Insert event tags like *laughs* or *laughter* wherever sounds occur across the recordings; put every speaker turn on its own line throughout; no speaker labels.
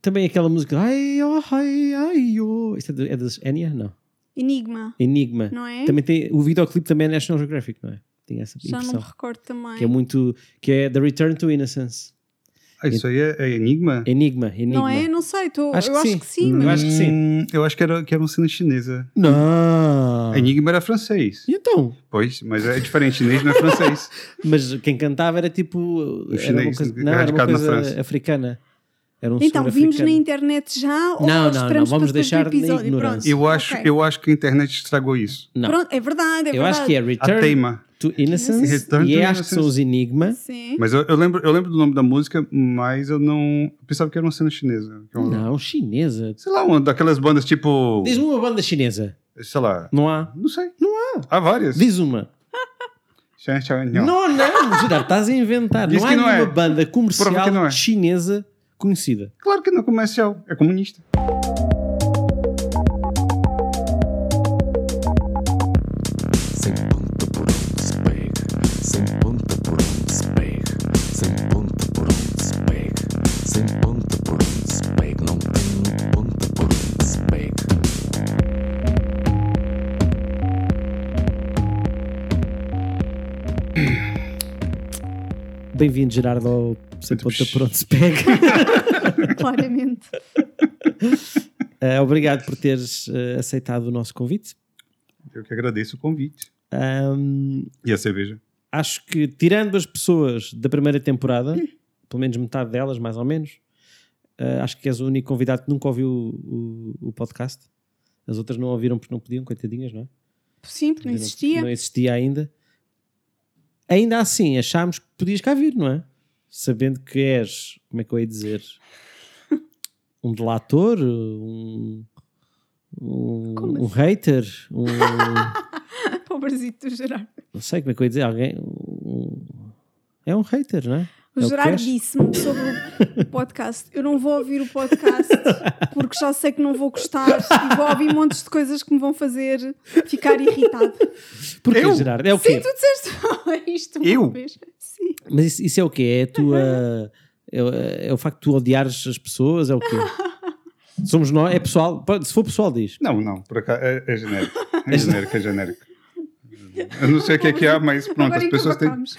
também aquela música. Ai, oh, ai, ai, oh. Isto é, de, é das Enya? Não.
Enigma,
Enigma.
não é?
Também tem, o videoclipe também é National Geographic, não é? Tem essa
Já não
impressão.
me recordo também.
que é muito. Que é The Return to Innocence.
Ah, isso aí é, é Enigma?
Enigma, Enigma.
Não é? Não sei, tô,
Acho
eu
que
acho
sim.
que sim,
Eu
mas
acho que sim.
Hum, eu acho que era, que era uma cena chinesa.
Não.
Enigma era francês.
E então?
Pois, mas é diferente. Chinês não é francês.
*laughs* Mas quem cantava era tipo. Era uma
chinês
coisa,
de-
não, era uma
radicado na França.
coisa africana. Era um
Então,
senhor
vimos na
africano.
internet já ou
Não, não,
esperamos
não, vamos
para depois do
deixar na
episódio?
ignorância.
Pronto,
Eu acho,
ok.
eu acho que a internet estragou isso.
Não.
Pronto, é verdade, é
eu
verdade.
acho que é
A
Return
teima.
to Innocence.
Return
e
to
é, acho que são
Innocence.
os Enigma.
Sim.
Mas eu, eu lembro, eu lembro do nome da música, mas eu não. Eu pensava que era uma cena chinesa. Que é uma-
Não, chinesa.
Sei lá, uma daquelas bandas tipo.
Diz-me uma banda chinesa.
Sei lá.
Não há?
Não sei.
Não há.
Há várias.
Diz uma.
Chan, chan,
Não,
nhão.
não, Gerardo, estás a inventar.
Diz
não há
que não
nenhuma
é.
banda
Prova
comercial
que não é.
chinesa conhecida.
Claro que não é comercial, é comunista.
Sem ponta por onde se pega, sem ponta por onde se pega, sem ponta por onde se pega, sem ponta por onde se pega, não tem ponta por onde se pega.
Bem-vindo, Gerardo, ao Sem
Muito
Ponta
bem.
por onde se
*laughs*
pega.
Claramente.
Eh, obrigado por teres eh, aceitado o nosso convite.
Eu que agradeço o convite.
Ahm,
E a cerveja?
acho que, tirando as pessoas da primeira temporada, pelo menos metade delas, mais ou menos, eh, acho que és o único convidado que nunca ouviu o, o- o podcast. As outras não ouviram porque não podiam, coitadinhas, não é?
Sim, porque não existia.
Não existia ainda. Ainda assim, achámos que podias cá vir, não é? Sabendo que és, como é que eu ia
*laughs*
dizer? Um delator, um. Um,
Como assim?
um hater,
*laughs*
um. é?
Pobrecito do Gerardo.
não sei como é que eu ia dizer, alguém. um- é um hater, não é?
O
É que
Gerardo
és?
disse-me sobre o podcast. Eu não vou ouvir o podcast porque já sei que não vou gostar e vou ouvir montes de coisas que me vão fazer ficar irritado.
Porquê,
Eu?
Gerardo? É o
Sim,
quê?
tu disseste *laughs* isto uma
Eu?
vez. Sim.
Mas isso, isso é o quê? É a
*laughs*
tua. É, o- é o facto de tu odiares as pessoas? É o
*laughs*
quê? Somos nós? É pessoal? Pode- Se for pessoal, diz.
Não, não, por acaso é, é genérico. É genérico, é genérico. Eu não sei o que é que há, mas pronto,
Agora
as pessoas têm.
equivocámos.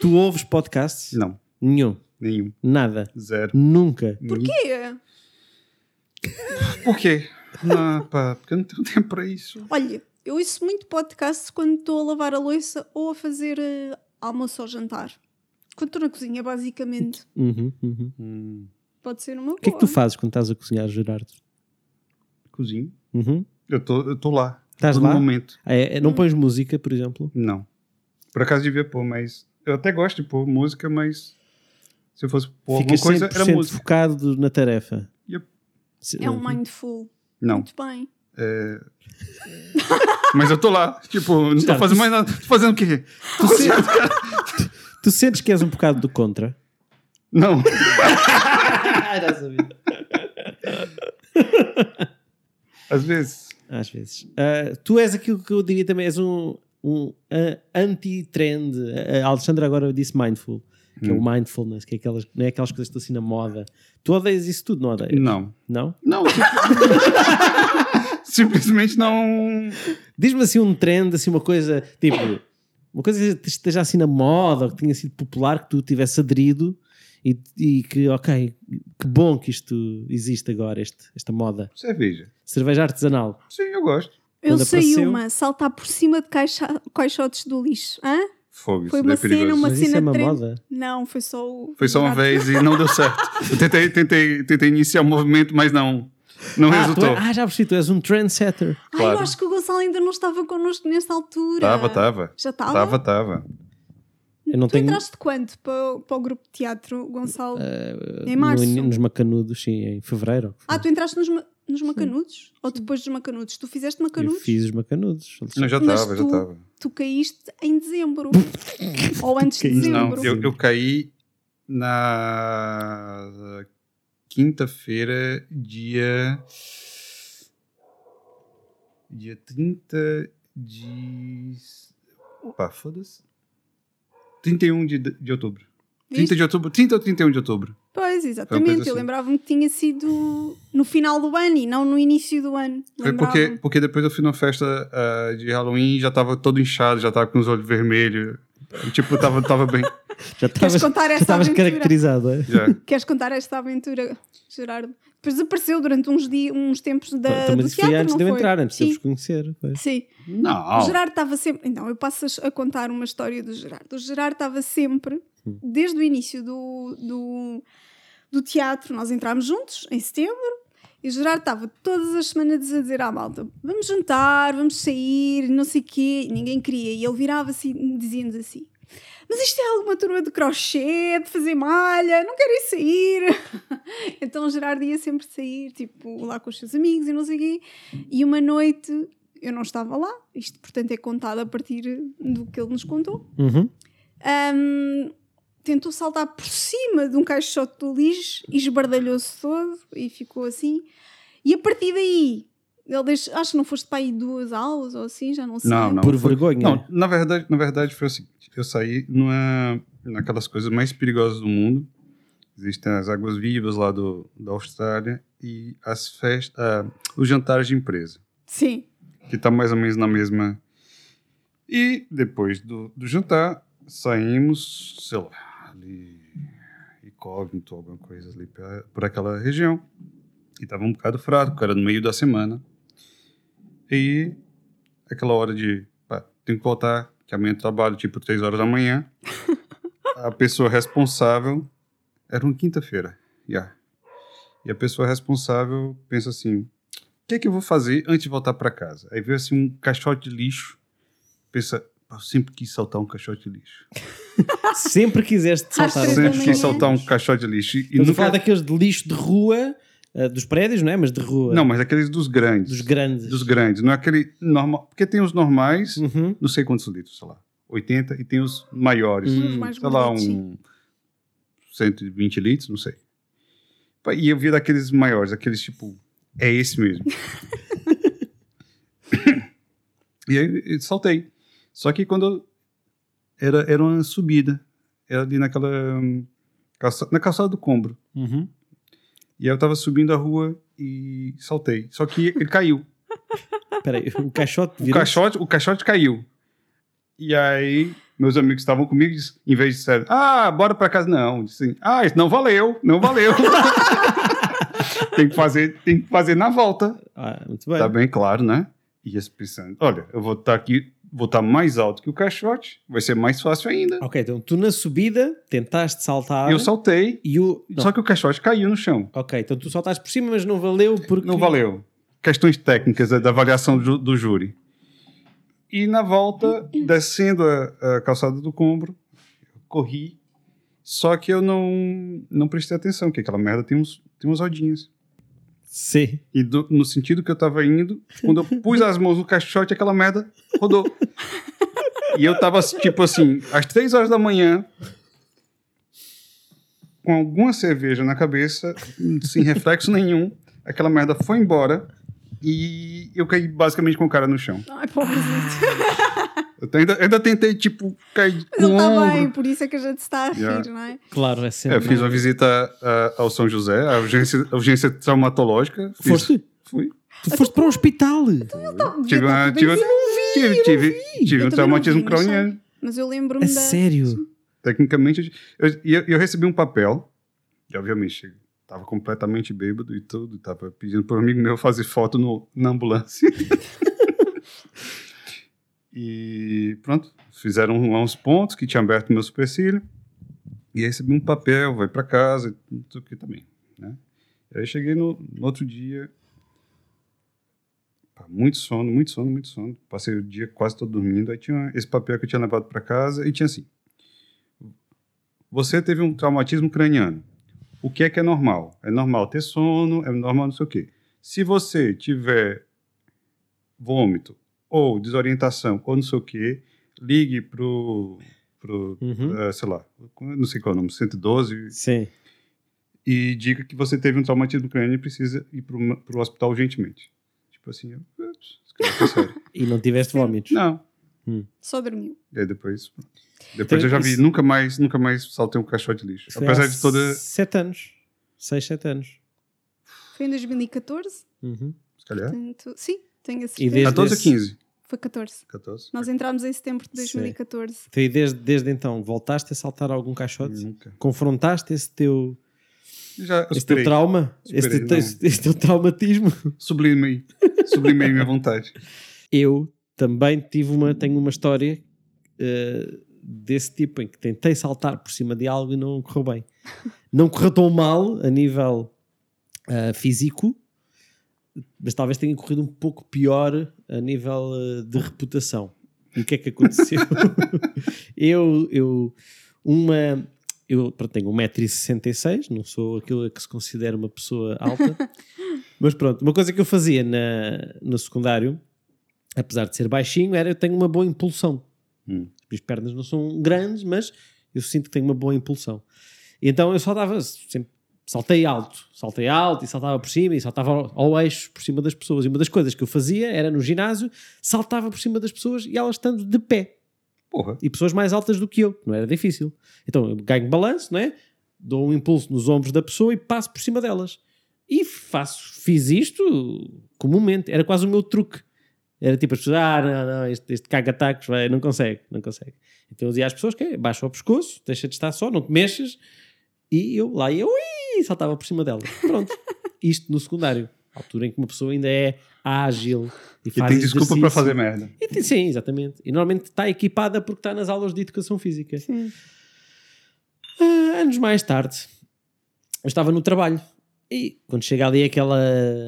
Tu ouves podcasts?
Não,
Nenhum.
nenhum.
Nada.
Zero.
Nunca.
Porquê?
Quê?
Por quê? Ah, pá, porque eu não tenho tempo para isso.
Olha, eu ouço muito podcast quando estou a lavar a louça ou a fazer eh, almoço ou jantar. Quando estou na cozinha, basicamente.
Uhum, uhum.
Pode ser uma boa.
O que é que tu fazes quando estás a cozinhar, Gerardo?
Cozinho.
Uhum.
Eu tô, eu tô lá.
Estás
Tô
lá?
No momento.
É, é, não pões música, por exemplo?
Não. Por acaso devia pôr, mas. Eu até gosto de pôr música, mas. Se eu fosse pôr
Ficas
alguma coisa, era
100%
música.
focado na tarefa.
Yep.
Se-
É um mindful.
Não.
Muito bem.
Mas eu tô lá. Tipo, não tô
Gerardo,
fazendo
tu-
mais nada. Tô fazendo o quê?
Tu, se- Tu sentes que és um bocado do contra?
Não. Às vezes.
Às vezes. Ah, tu és aquilo que eu diria também, és um, um ah, anti-trend. A Alexandra agora disse mindful, que é
Hum.
o mindfulness, que é aquelas, não é aquelas coisas que estão assim na moda. Tu odeias isso tudo, não odeias?
Não.
Não?
Não. Simplesmente *laughs* não.
Diz-me assim um trend, assim uma coisa, tipo, uma coisa que esteja assim na moda, ou que tenha sido popular, que tu tivesse aderido e, e que, ok, que bom que isto existe agora, este- esta moda.
Cerveja.
Cerveja artesanal.
Sim, eu gosto.
Eu
Quando
sei
apareceu-
uma, saltar por cima de caixa- caixotes do lixo. Hã?
Fogo, isso
Foi
daí
uma
é perigoso.
cena, uma
Mas isso
cena
é uma
de trend.
moda?
Não, foi só o.
Foi só uma
Ah,
vez e não deu certo. Eu tentei, tentei, tentei iniciar o movimento, mas não. Não
Ah, tu
resultou.
é- ah, já percebi, tu és um trendsetter.
Ai,
Claro.
eu acho que o Gonçalo ainda não estava connosco nesta altura.
Tava, tava.
Já estava?
Tava, tava.
Eu não
Tu
tenho-
entraste quando para, o- para o grupo de teatro, Gonçalo?
Eh,
em março.
No- nos macanudos, sim, em fevereiro.
Ah, tu entraste nos, ma- nos macanudos? Ou depois dos macanudos? Tu fizeste
eu
macanudos?
fiz os macanudos.
Não, já
Mas
tava, já
tu-
tava.
Tu caíste em
*laughs*
dezembro. Ou antes de
caíste.
Não,
dezembro.
eu, eu caí na quinta-feira, dia. Dia 30 de. Opa, foda-se. 31 de, de outubro. 30
Viste?
de outubro? 30 ou 31 de outubro?
Pois,
Foi uma
exatamente.
coisa
Eu
assim.
lembrava-me que tinha sido no final do ano e não no início do ano.
Foi
Lembrava-me.
porque, porque depois eu fui numa festa ah, de Halloween e já tava todo inchado, já tava com os olhos vermelhos. E, tipo, tava, tava bem. *laughs*
Já estavas
contar
já
essa
estavas
aventura?
caracterizado. é?
Já.
Queres contar esta aventura, Gerardo? Depois apareceu durante uns, dias, uns tempos
Também
da, do
Então, isso foi
teatro,
antes
não
de eu
foi?
entrar, não é precisas
Sim,
conhecer. pois.
sim. O
Não.
Gerardo estava sempre. Então, eu passo a- a contar uma história do Gerardo. O Gerardo estava sempre, desde o início do, do, do teatro, nós entramos juntos em setembro, e o Gerardo estava todas as semanas a dizer à malta: vamos jantar, vamos sair, não sei o quê, e ninguém queria. E ele virava-se e dizia-nos assim. Mas isto é alguma turma de crochê, de fazer malha, não querem sair. *laughs* então o Gerardo ia sempre sair, tipo, lá com os seus amigos e não sei o quê. E uma noite eu não estava lá, isto portanto é contado a partir do que ele nos contou.
Uhum.
Ahm, tentou saltar por cima de um caixote do lixo e esbardalhou-se todo e ficou assim. E a partir daí, ele deixou, acho que não foste para aí duas aulas ou assim, já não sei.
Não, não.
Por
foi-
vergonha. né?
Não, na verdade, na verdade foi o seguinte: eu saí numa, naquelas coisas mais perigosas do mundo. Existem as águas vivas lá do, da Austrália e as festas, ah, os jantares de empresa,
Sim,
que tá mais ou menos na mesma. E depois do, do jantar, saímos, sei lá, ali, incógnito, alguma coisa ali pra- por aquela região. E tava um bocado fraco, era no meio da semana. E aquela hora de, pá, tenho que voltar, que amanhã eu trabalho, tipo, três horas da manhã. a pessoa responsável, era uma quinta-feira, yeah. E a pessoa responsável pensa assim, o que é que eu vou fazer antes de voltar para casa? Aí vê assim um caixote de lixo, pensa, "Pá, eu sempre quis saltar um caixote de lixo.
Sempre quiseste
Às
saltar um
três da
sempre
caixote.
manhã.
quis saltar um caixote de lixo. E
Estamos a
nunca...
falar daqueles de lixo de rua, ah, dos prédios, não é? Mas de rua.
Não, mas aqueles dos grandes.
Dos grandes.
Dos grandes, não é aquele normal. Porque tem os normais,
Uhum.
não sei quantos litros, sei lá, 80, e tem os maiores,
Hum.
os mais
sei lá,
bonitos, sim.
um 120 litros, não sei. Pá, E eu vi daqueles maiores, aqueles tipo, é
*laughs*
esse mesmo. e aí eu saltei. Só que quando eu- era, era uma subida, era ali naquela hum, calça- na calçada do Combro.
Uhum.
E aí eu tava subindo a rua e saltei. Só que ele caiu.
Espera aí, o caixote
O
virou.
caixote, o caixote caiu. E aí, meus amigos que estavam comigo, dis- em vez de disseram, ah, bora pra casa. Não, assim, ah, isso não valeu, não valeu. tem, que fazer, tem que fazer na volta.
Ah, muito bem.
Tá bem claro, né? E eles pensando, olha, eu vou estar aqui, vou estar mais alto que o caixote, vai ser mais fácil ainda.
Ok, então tu na subida tentaste saltar.
Eu saltei,
E o. não.
só que o caixote caiu no chão.
Ok, então tu saltaste por cima, mas não valeu porque.
Não valeu. Questões técnicas da avaliação do, do júri. E na volta, descendo a, a calçada do Combro, eu corri. Só que eu não, não prestei atenção, que aquela merda tem, uns, tem umas rodinhas.
Sim.
E do- no sentido que eu tava indo, quando eu pus as mãos no caixote, aquela merda rodou. E eu tava, tipo assim, às três horas da manhã, com alguma cerveja na cabeça, sem reflexo nenhum, aquela merda foi embora e eu caí basicamente com o cara no chão.
Ai,
Ah,
pobrezinho.
Eu ainda, ainda tentei, tipo, cair
Mas
com
ele
o
está
ombro.
bem, por isso é que a gente está a rir,
um Yeah.
não é?
Claro, é
É,
sempre.
eu fiz uma visita ah, ao São José, à urgência, à urgência traumatológica. um- Fiz-
Foste?
Fui.
Tu foste para um hospital.
Então,
Tive, uma, tive, tive, tive, tive
Eu
um
também
traumatismo
não vi, mas
craniano.
Mas eu
É
lembro-me da.
sério.
Tecnicamente, eu, e eu, eu recebi um papel, e obviamente tava completamente bêbado e tudo, tava pedindo para um amigo meu fazer foto no, na ambulância. e pronto, fizeram um, lá uns pontos que tinha aberto meu supercílio, e aí recebi um papel, vai para casa, e tudo que também, né? E aí cheguei no, no outro dia, pá, muito sono, muito sono, muito sono, passei o dia quase todo dormindo, aí tinha esse papel que eu tinha levado para casa, e tinha assim, você teve um traumatismo craniano. O que é que é normal? É normal ter sono, é normal não sei o quê. Se você tiver vômito ou desorientação ou não sei o quê, ligue pro, pro
Uhum.
eh, sei lá, não sei qual é o nome, 112
Sim.
e diga que você teve um traumatismo craniano e precisa ir pro,
*laughs*
pro hospital urgentemente. Tipo assim, eu, "Ups, esse cara tá sério."
E não tiveste vômitos.
não.
Hum.
Só dormiu.
E aí depois. pronto. Depois
Então,
eu já vi,
isso-
nunca mais, nunca mais saltei um caixote de lixo.
Foi há
Apesar de toda.
Sete anos. Seis, sete anos.
Foi em 2014,
Uhum.
Se calhar.
portanto, sim, tenho a
desde-
certeza.
14 ou 15?
Foi 14.
14?
Nós entramos em setembro de
Sim.
2014.
Então, e desde, desde então, voltaste a saltar algum caixote?
Nunca.
Confrontaste esse teu,
Já eu
esse teu
superei.
trauma? Esse,
Superei,
teu-
não.
esse teu traumatismo?
Sublimei. Sublimei minha vontade.
Eu também tive uma, tenho uma história eh, desse tipo em que tentei saltar por cima de algo e não correu bem. Não correu tão mal a nível eh, físico, mas talvez tenha corrido um pouco pior a nível eh, de reputação. E o que é que aconteceu? eu, eu, uma. Eu pronto, tenho 1,66m, não sou aquilo que se considera uma pessoa alta. Mas pronto, uma coisa que eu fazia na, no secundário apesar de ser baixinho, era eu tenho uma boa impulsão.
Hum.
As minhas pernas não são grandes, mas eu sinto que tenho uma boa impulsão. E então eu saltava, sempre saltei alto, saltei alto e saltava por cima e saltava ao, ao eixo por cima das pessoas. E uma das coisas que eu fazia era no ginásio, saltava por cima das pessoas e elas estando de pé
Porra.
e pessoas mais altas do que eu. Não era difícil. Então eu ganho balanço, não é? Dou um impulso nos ombros da pessoa e passo por cima delas. E faço, fiz isto comumente. Era quase o meu truque. Era tipo as pessoas, ah, não, não, este, este caga-tacos, vai, não consegue, não consegue. Então eu dizia às pessoas, que baixa o pescoço, deixa de estar só, não te mexas. E eu lá ia, ui, saltava por cima delas.
*laughs*
Pronto. Isto no secundário. Altura em que uma pessoa ainda é ágil e,
E
faz
tem desculpa para
exercício.
fazer merda.
E tem- sim, exatamente. E normalmente está equipada porque está nas aulas de educação física.
Sim.
Ah, anos mais tarde, eu estava no trabalho. E quando chega ali aquela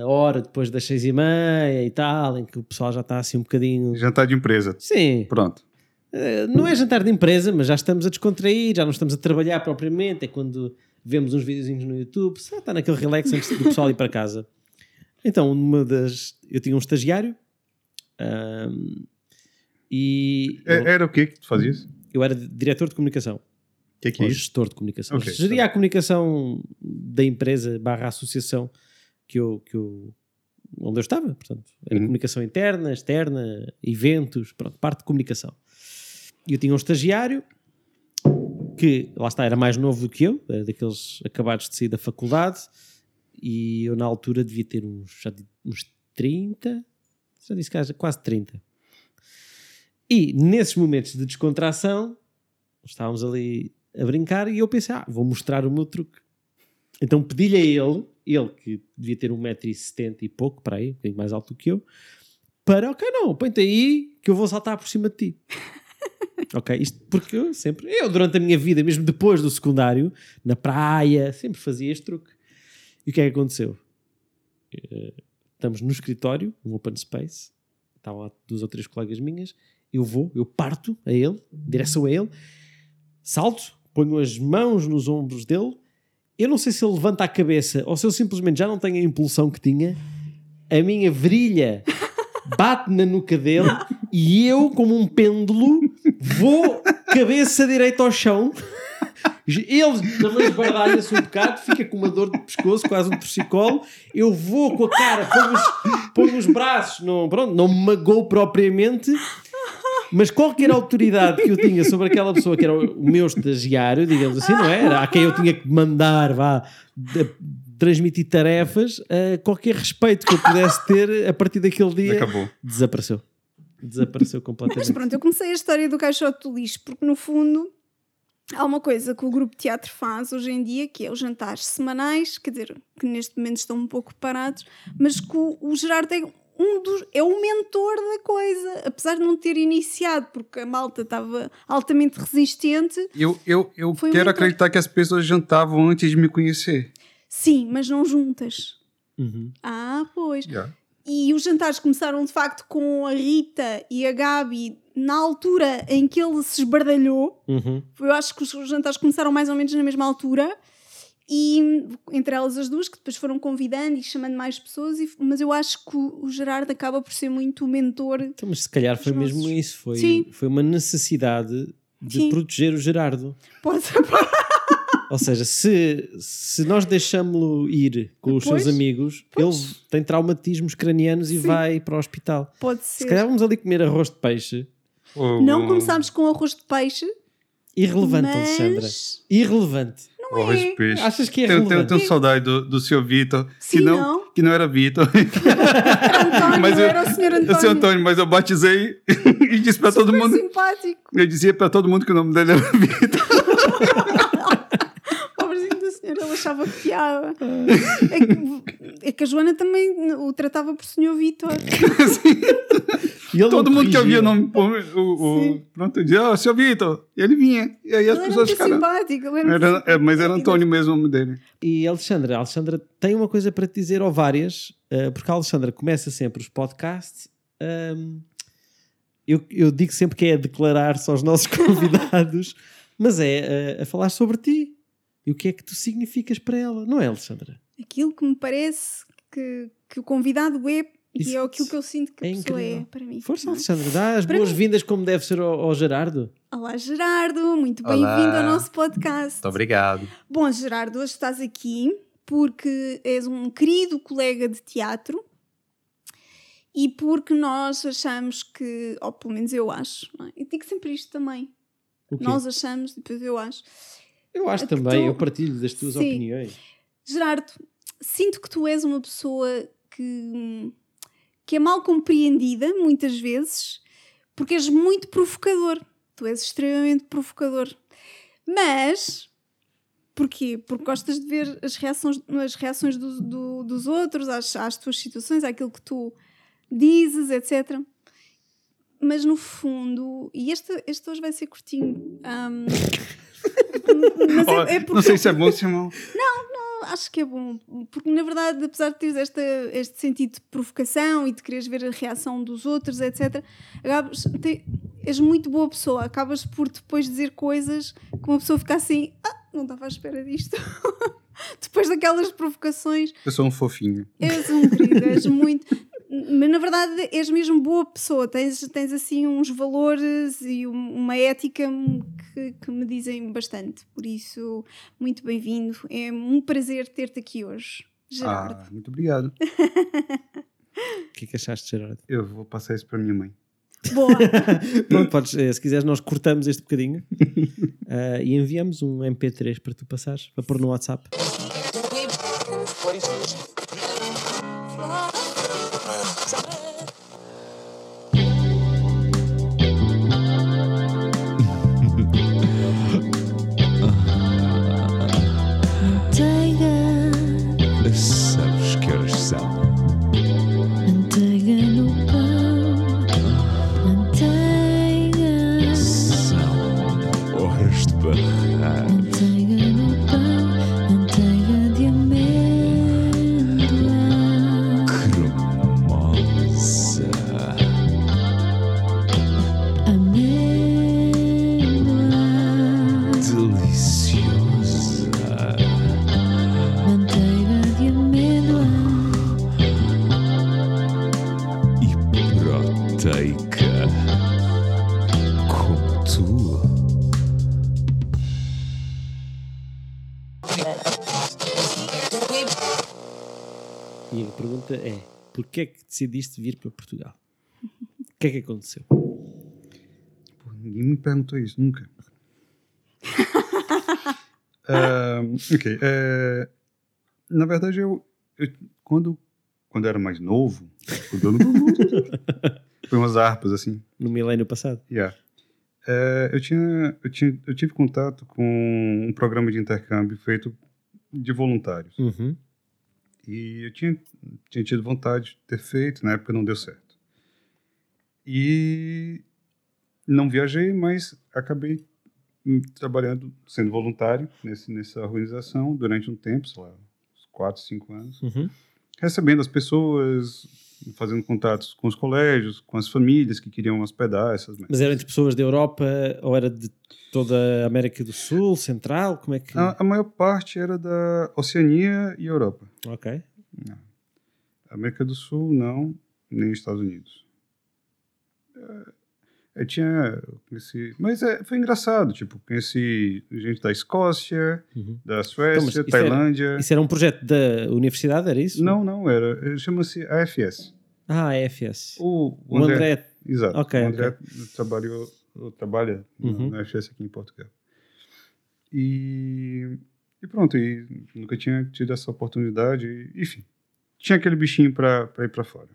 hora depois das seis e meia e tal, em que o pessoal já está assim um bocadinho.
Jantar de empresa.
Sim,
Pronto.
eh, não é jantar de empresa, mas já estamos a descontrair, já não estamos a trabalhar propriamente. É quando vemos uns videozinhos no YouTube, só está naquele relax antes do pessoal ir para casa. Então, uma das. Eu tinha um estagiário. ahm, e.
É- Era o quê que tu fazias? O
eu era diretor de comunicação,
que é que é
ou
isso?
gestor de comunicação.
Ok, tá
Geria a comunicação da empresa barra associação que eu, que eu onde eu estava, portanto, era
Uhum.
comunicação interna, externa, eventos, pronto, parte de comunicação. E eu tinha um estagiário que, lá está, era mais novo do que eu, era daqueles acabados de sair da faculdade, e eu na altura devia ter uns, já di- uns 30, já disse quase- quase 30. E nesses momentos de descontração, estávamos ali a brincar e eu pensei, ah, vou mostrar o meu truque. Então pedi-lhe a ele, ele que devia ter 1,70m e pouco, para aí, um bocadinho mais alto do que eu, para, ok, não, põe-te aí que eu vou saltar por cima de ti. *laughs* ok, isto porque eu sempre, eu durante a minha vida, mesmo depois do secundário, na praia, sempre fazia este truque. E o que é que aconteceu? Eh, Estamos no escritório, um open space, estavam lá duas ou três colegas minhas, eu vou, eu parto a ele, em direção a ele, salto, ponho as mãos nos ombros dele. Eu não sei se ele levanta a cabeça ou se eu simplesmente já não tenho a impulsão que tinha. A minha virilha bate na nuca dele e eu, como um pêndulo, vou cabeça direita ao chão. Ele também esbardalha-se um bocado, fica com uma dor de pescoço, quase um torcicolo. Eu vou com a cara, ponho os, ponho os braços, não, pronto, não me magou propriamente, mas qualquer autoridade que eu tinha sobre aquela pessoa que era o o meu estagiário, digamos assim, não é? Era a quem eu tinha que mandar, vá, de- transmitir tarefas, eh, qualquer respeito que eu pudesse ter a partir daquele dia
Acabou.
desapareceu. Desapareceu *laughs*
Mas
completamente.
pronto, eu comecei a história do caixote do lixo, porque no fundo há uma coisa que o grupo de teatro faz hoje em dia, que é os jantares semanais, quer dizer, que neste momento estão um pouco parados, mas que o, o Gerardo é um dos, é o mentor da coisa, apesar de não ter iniciado, porque a malta estava altamente resistente,
Eu, eu, eu
Foi um
quero
muito-
acreditar que as pessoas jantavam antes de me conhecer.
sim, mas não juntas.
Uhum.
Ah, pois.
Já.
E os jantares começaram de facto com a Rita e a Gabi na altura em que ele se esbardalhou.
Uhum.
eu acho que os jantares começaram mais ou menos na mesma altura e entre elas as duas que depois foram convidando e chamando mais pessoas e- mas eu acho que o o Gerardo acaba por ser muito o mentor *laughs*
Então, mas se calhar foi
Os
mesmo
nossos-
isso. Foi,
Sim.
foi uma necessidade de
Sim.
proteger o Gerardo.
pode
Ou seja, se, se nós deixamos-lo ir com os
Pois,
seus amigos,
pois.
ele tem traumatismos cranianos e
Sim.
vai para o hospital.
pode
Se é
ser
calhar vamos ali comer arroz de peixe
O-
Não começámos com arroz de peixe,
Irrelevante,
mas...
Alexandra. Irrelevante.
o arroz de peixe.
Achas que é
Eu tenho,
relevante?
tenho saudade do, do seu Vitor. Que
Sim,
não,
não.
que não era Vitor. *laughs*
António,
Mas eu-
era o senhor António.
Eu sou Antônio, mas eu batizei *laughs* e disse pra todo
Super
mundo.
simpático.
Eu dizia pra todo mundo que o nome dele era Vitor.
Pobrezinho do senhor, ele achava que piada. É que, é que a Joana também o tratava por senhor Vitor.
E ele não
Todo mundo que
corrigia.
ouvia o nome. pô, O, o,
Sim.
pronto, eu dizia, ó, seu Vitor. E ele vinha. E aí as
Ele era
pessoas
muito
ficaram.
simpático. ele era
Era,
muito
é, mas era
simpático.
Antônio mesmo o nome dele.
E Alexandra, Alexandra tem uma coisa para te dizer, ou várias, eh, porque a Alexandra começa sempre os podcasts. ahm, eu, eu digo sempre que é a declarar-se aos nossos *laughs* convidados, mas é eh, a falar sobre ti e o que é que tu significas para ela, não é, Alexandra?
Aquilo que me parece que, que o convidado é, e é
Exato.
aquilo que eu sinto que a
É
pessoa
incrível.
é para mim.
Força,
não é?
Alexandra, dá as
Para mim-
boas-vindas como deve ser ao, ao Gerardo.
Olá, Gerardo, muito
Olá.
bem-vindo ao nosso podcast.
Então.
obrigado.
Bom, Gerardo, hoje estás aqui porque és um querido colega de teatro e porque nós achamos que, ou pelo menos eu acho, não é? eu digo sempre isto também.
O quê?
Nós achamos, depois eu acho.
eu acho
é que
também,
tu-
eu partilho das tuas
Sim.
opiniões.
Gerardo, sinto que tu és uma pessoa que, que é mal compreendida muitas vezes porque és muito provocador. Tu és extremamente provocador. Mas porquê? Porque gostas de ver as reações, as reações do- do- dos outros, às, às tuas situações, àquilo que tu dizes, etc. Mas no fundo, e este, este hoje vai ser curtinho. ahm, mas
Ó,
é, é porque
Não sei se é bom, se
*laughs*
é mau.
acho que é bom, porque na verdade, apesar de teres esta, este sentido de provocação e de quereres ver a reação dos outros, etc., acabas, te- és muito boa pessoa, acabas por depois dizer coisas que uma pessoa fica assim, ah, não estava à espera disto. *laughs* depois daquelas provocações,
Eu sou um fofinho.
és um querido, és muito. Mas na verdade és mesmo boa pessoa, tens, tens assim uns valores e um- uma ética que, que me dizem bastante. Por isso, muito bem-vindo. É um prazer ter-te aqui hoje, Gerardo.
Ah, muito obrigado.
O que é que achaste, Gerardo?
Eu vou passar isso pra minha mãe. Ah.
Boa!
Pronto, podes, eh, se quiseres, nós cortamos este
*laughs*
bocadinho eh, e enviamos um MP3 para tu passares, para pôr no WhatsApp.
Manteiga,
Sabes que horas são?
manteiga no pão, manteiga,
São horas de barrar.
manteiga no pão, manteiga de amêndoa,
Cremosa.
amêndoa,
Deliciosa.
manteiga de amêndoa.
E proteica. Como tu.
E a pergunta é: porquê é que decidiste vir para Portugal? O que é que aconteceu?
Pô, ninguém me perguntou
*laughs*
isso, nunca. Ah, ok. eh, na verdade, eu, eu- quando, quando eu era mais novo, quando
*laughs*
eu não- foi umas harpas assim.
No milénio passado?
Yeah. Eh, eu, tinha, eu, tinha, eu tive contato com um programa de intercâmbio feito de voluntários.
Uhum.
E eu tinha, tinha tido vontade de ter feito, na época não deu certo. E não viajei, mas acabei hum, trabalhando, sendo voluntário nesse, nessa organização durante um tempo, sei lá, uns 4, 5 anos.
Uhum.
Recebendo as pessoas, fazendo contatos com os colégios, com as famílias que queriam hospedar essas merdas.
Mas eram entre pessoas da Europa ou era de toda a América do Sul, Central? Como é que.
A, a maior parte era da Oceania e Europa.
Ok.
América do Sul, não, nem Estados Unidos. É, Eu tinha. eu Conheci, mas é, foi engraçado, tipo, conheci gente da Escócia,
Uhum.
da
Então, mas
Suécia,
isso era-
Tailândia.
Isso era um projeto da universidade, era isso?
Não, não, era. eh, Chama-se AFS.
Ah, a FS.
O,
O
o
André,
exato.
Ok,
o André trabalhou, trabalha na-
Uhum.
na FS aqui em Portugal. E, e pronto, e nunca tinha tido essa oportunidade. e, Enfim, tinha aquele bichinho para ir para fora.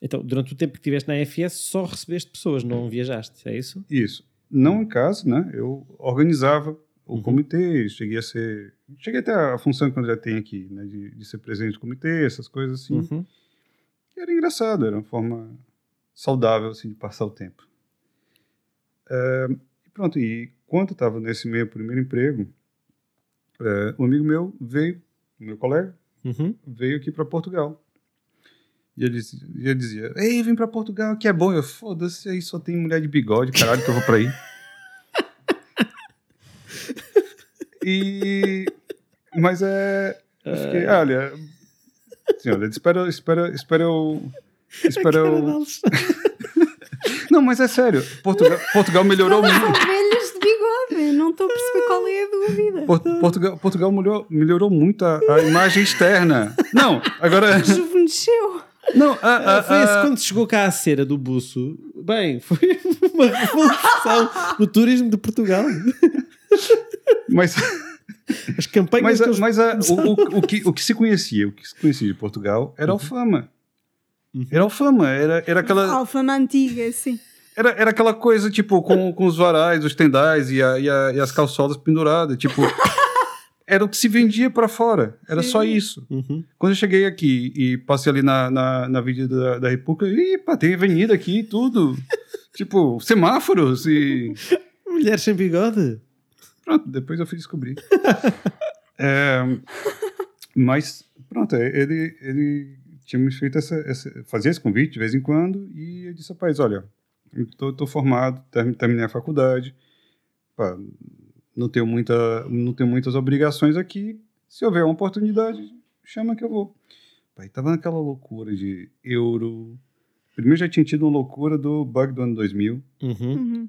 Então, durante o tempo que estiveste na FS, só recebeste pessoas, não viajaste, é isso?
Isso. Não em casa, né? Eu organizava o
Uhum.
comitê, cheguei a ser. Cheguei até a função que o André tem aqui, né? De, de ser presidente do comitê, essas coisas assim.
Uhum.
E era engraçado, era uma forma saudável assim, de passar o tempo. Eh, e pronto, e quando eu estava nesse meu primeiro emprego, eh, um amigo meu veio, meu colega,
Uhum.
veio aqui para Portugal. E ele, diz- e ele dizia: Ei, vem para Portugal, que é bom. Eu, foda-se, aí só tem mulher de bigode, caralho, que eu vou para aí. e. Mas é. Eu fiquei, "Ah, olha. Assim, olha, espera, espera, espera eu. Espera eu. Não, mas é sério. Portugal, Portugal melhorou
Elas
muito.
são velhas de bigode, não estou a perceber qual é a dúvida.
Por- Portugal, Portugal melhorou, melhorou muito a, a imagem externa. Não, agora.
Rejuvenesceu.
Não, a, a,
Ah, foi esse-
a-
quando chegou cá a cera do buço. Bem, foi *laughs* uma revolução no turismo de Portugal.
mas.
As campanhas
Mas,
que
a-
eles...
mas a- o, o- o que, o que se conhecia, o que se conhecia de Portugal era Alfama. Era Alfama, era, era, aquela,
Alfama antiga, sim.
era, era aquela coisa, tipo, com, com os varais, os tendais e, a- e a- e as calçolas penduradas, tipo... Era o que se vendia para fora, era só isso.
Uhum.
Quando eu cheguei aqui e passei ali na, na, na Avenida da, da República, epa, tem avenida aqui e tudo. tipo, semáforos e...
Mulheres sem bigode.
Pronto, depois eu fui descobrir. É, mas, pronto, é, ele, ele tinha me feito essa, essa- fazia esse convite de vez em quando, e eu disse, rapaz, olha, eu tô, tô formado, term- terminei a faculdade, pá, não, tenho muita, não tenho muitas obrigações aqui, se houver uma oportunidade, chama que eu vou. Pai, tava naquela loucura de euro... Primeiro já tinha tido uma loucura do bug do ano 2000.
Uhum.
Uhum.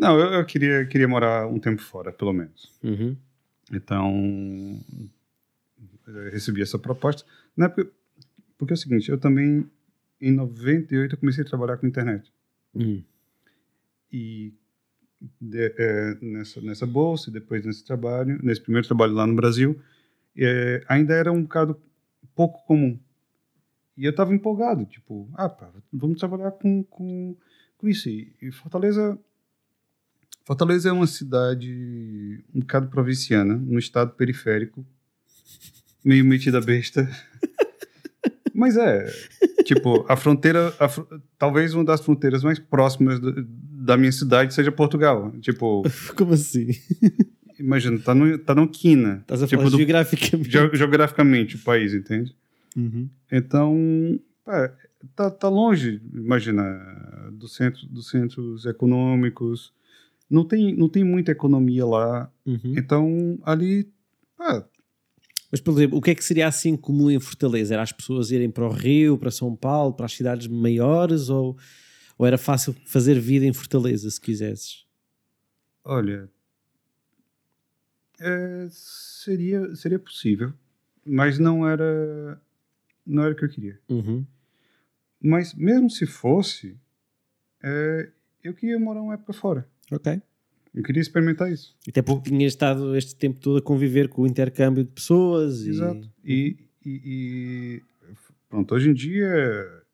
Não, eu, eu queria, queria morar um tempo fora, pelo menos.
Uhum.
Então, eu recebi essa proposta. Na época, porque é o seguinte, eu também, em 98, eu comecei a trabalhar com internet.
Uhum.
E de- eh, nessa, nessa bolsa, e depois nesse trabalho, nesse primeiro trabalho lá no Brasil, eh, ainda era um bocado pouco comum. E eu estava empolgado, tipo, ah, pá, vamos trabalhar com, com, com isso. E e Fortaleza, Fortaleza é uma cidade um bocado provinciana, num estado periférico, meio metida besta. Mas é, tipo, a fronteira, a fr- talvez uma das fronteiras mais próximas do- da minha cidade seja Portugal. Tipo,
Como assim?
imagina, tá no, tá no Quina.
Estás a
tipo,
falar
do-
geograficamente.
*laughs* geo- geograficamente o país, entende?
Uhum.
Então, pá, tá, tá longe, imagina, do centro, dos centros econômicos. Não tem, não tem muita economia lá.
Uhum.
Então, ali, pá,
Mas, por exemplo, o que é que seria assim comum em Fortaleza? Era as pessoas irem para o Rio, para São Paulo, para as cidades maiores ou, ou era fácil fazer vida em Fortaleza se quisesses?
olha, é, seria, seria possível, mas não era, não era o que eu queria.
Uhum.
Mas mesmo se fosse, é, eu queria morar uma época fora.
Ok.
Eu queria experimentar isso.
Até porque tinha estado este tempo todo a conviver com o intercâmbio de pessoas e.
Exato. E, e- e- pronto, hoje em dia,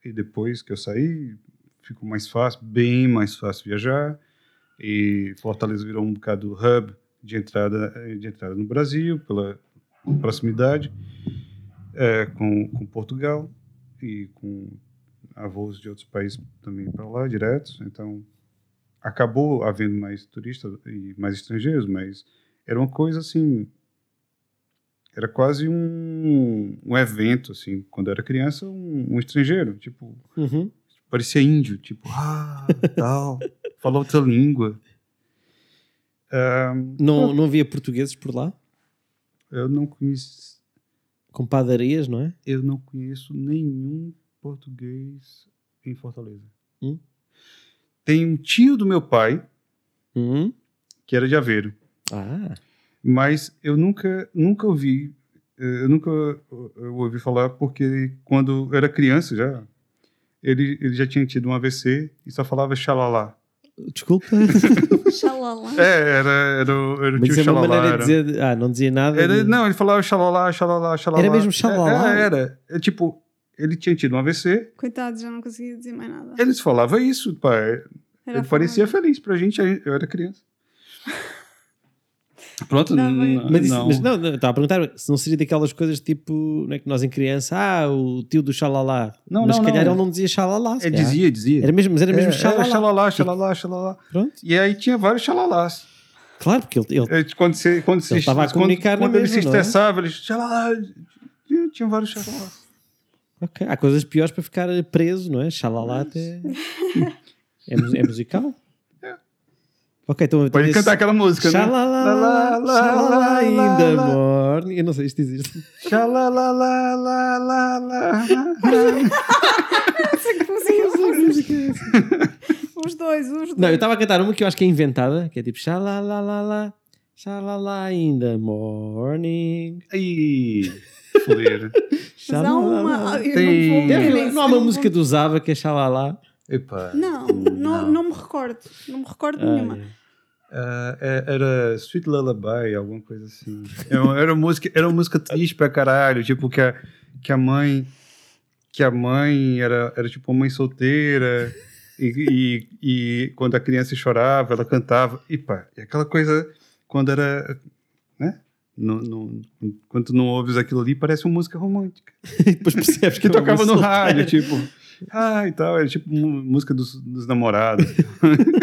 e depois que eu saí, ficou mais fácil, bem mais fácil viajar. E Fortaleza virou um bocado hub de entrada, eh, de entrada no Brasil, pela proximidade eh, com, com Portugal e com avós de outros países também para lá, diretos. Então, acabou havendo mais turistas e mais estrangeiros, mas era uma coisa assim era quase um, um evento, assim, quando eu era criança, um, um estrangeiro, tipo,
Uhum.
parecia índio, tipo, ah, tal, fala outra língua.
Não, não havia portugueses por lá?
Eu não conheço,
Com padarias, não é?
eu não conheço nenhum português em Fortaleza.
Hum?
Tem um tio do meu pai,
Uhum.
que era de Aveiro,
Ah.
mas eu nunca, nunca ouvi, eh, eu nunca eh, eu ouvi falar porque quando eu era criança já, ele, ele já tinha tido um AVC e só falava xalala.
Desculpa.
Xalala.
É, era, era, o- era o
Mas é
tio
uma
xalala.
maneira
Era.
de dizer. Ah, não dizia nada.
Era-
e-
não, ele "Ah, falava xalala, xalala, xalala.
Era mesmo xalala?
É, era. É, tipo, ele tinha tido um AVC,
Coitado, já não conseguia dizer mais nada.
eles falavam isso, pai.
Era
ele É, parecia
foda.
feliz pra gente, aí eu era
*laughs*
criança. Pronto,
Não,
n-
mas-
Mas, isso-
não.
mas não, não, estava a perguntar se não seria daquelas coisas tipo, não é que nós em criança, ah, o tio do xalalá.
Não,
mas
não,
se calhar
não.
ele não dizia xalalá. se
Ele
calhar.
É, dizia, dizia. É,
Era mesmo, mas era mesmo xalalá.
Era xalala, xalala, xalala.
Pronto.
E aí tinha vários xalalás.
Claro, porque ele, ele-
É, Quando, você, quando, se,
Ele tava a
quando,
comunicar na
quando ele se
mesma, não é?
estressava, ele xalala. Tinha, tinha vários xalalás.
ok, há coisas piores para ficar preso, não é? Xalalá
*laughs*
até. é, mu- é musical? Ok, então eu
Pode
tinha-
cantar aquela música, né?
Xalalá,
Lá, lá, lá,
xalalá,
lá,
ainda
lá.
morning. Eu não sei se isto existe.
Xalalalalala.
Os dois, os dois.
Não, eu estava a cantar uma que eu acho que é inventada, que é tipo xalalá, xalalá, in the morning.
*laughs* Ih, fuleira.
Mas há uma. Ah,
Xalalá.
eu
Tem-
não vou-
Deve-
nem
não há
sei,
uma
vou-
música do Zava que é xalalá.
Epa.
Não, não, não me recordo. Não me recordo nenhuma.
Ah,
Ah, é- era Sweet Lullaby, alguma coisa assim. Era uma, era uma música, era uma música triste pra caralho, tipo que a, que a mãe que a mãe era, era tipo uma mãe solteira e, e, e quando a criança chorava, ela cantava. E pá, e aquela coisa quando era, né? No, no, quando tu não ouves aquilo ali, parece uma música romântica.
E depois percebes
Que
é uma
tocava no
música.
rádio, tipo, ah, e tal, era tipo mu- música dos,
*laughs*
dos namorados.
É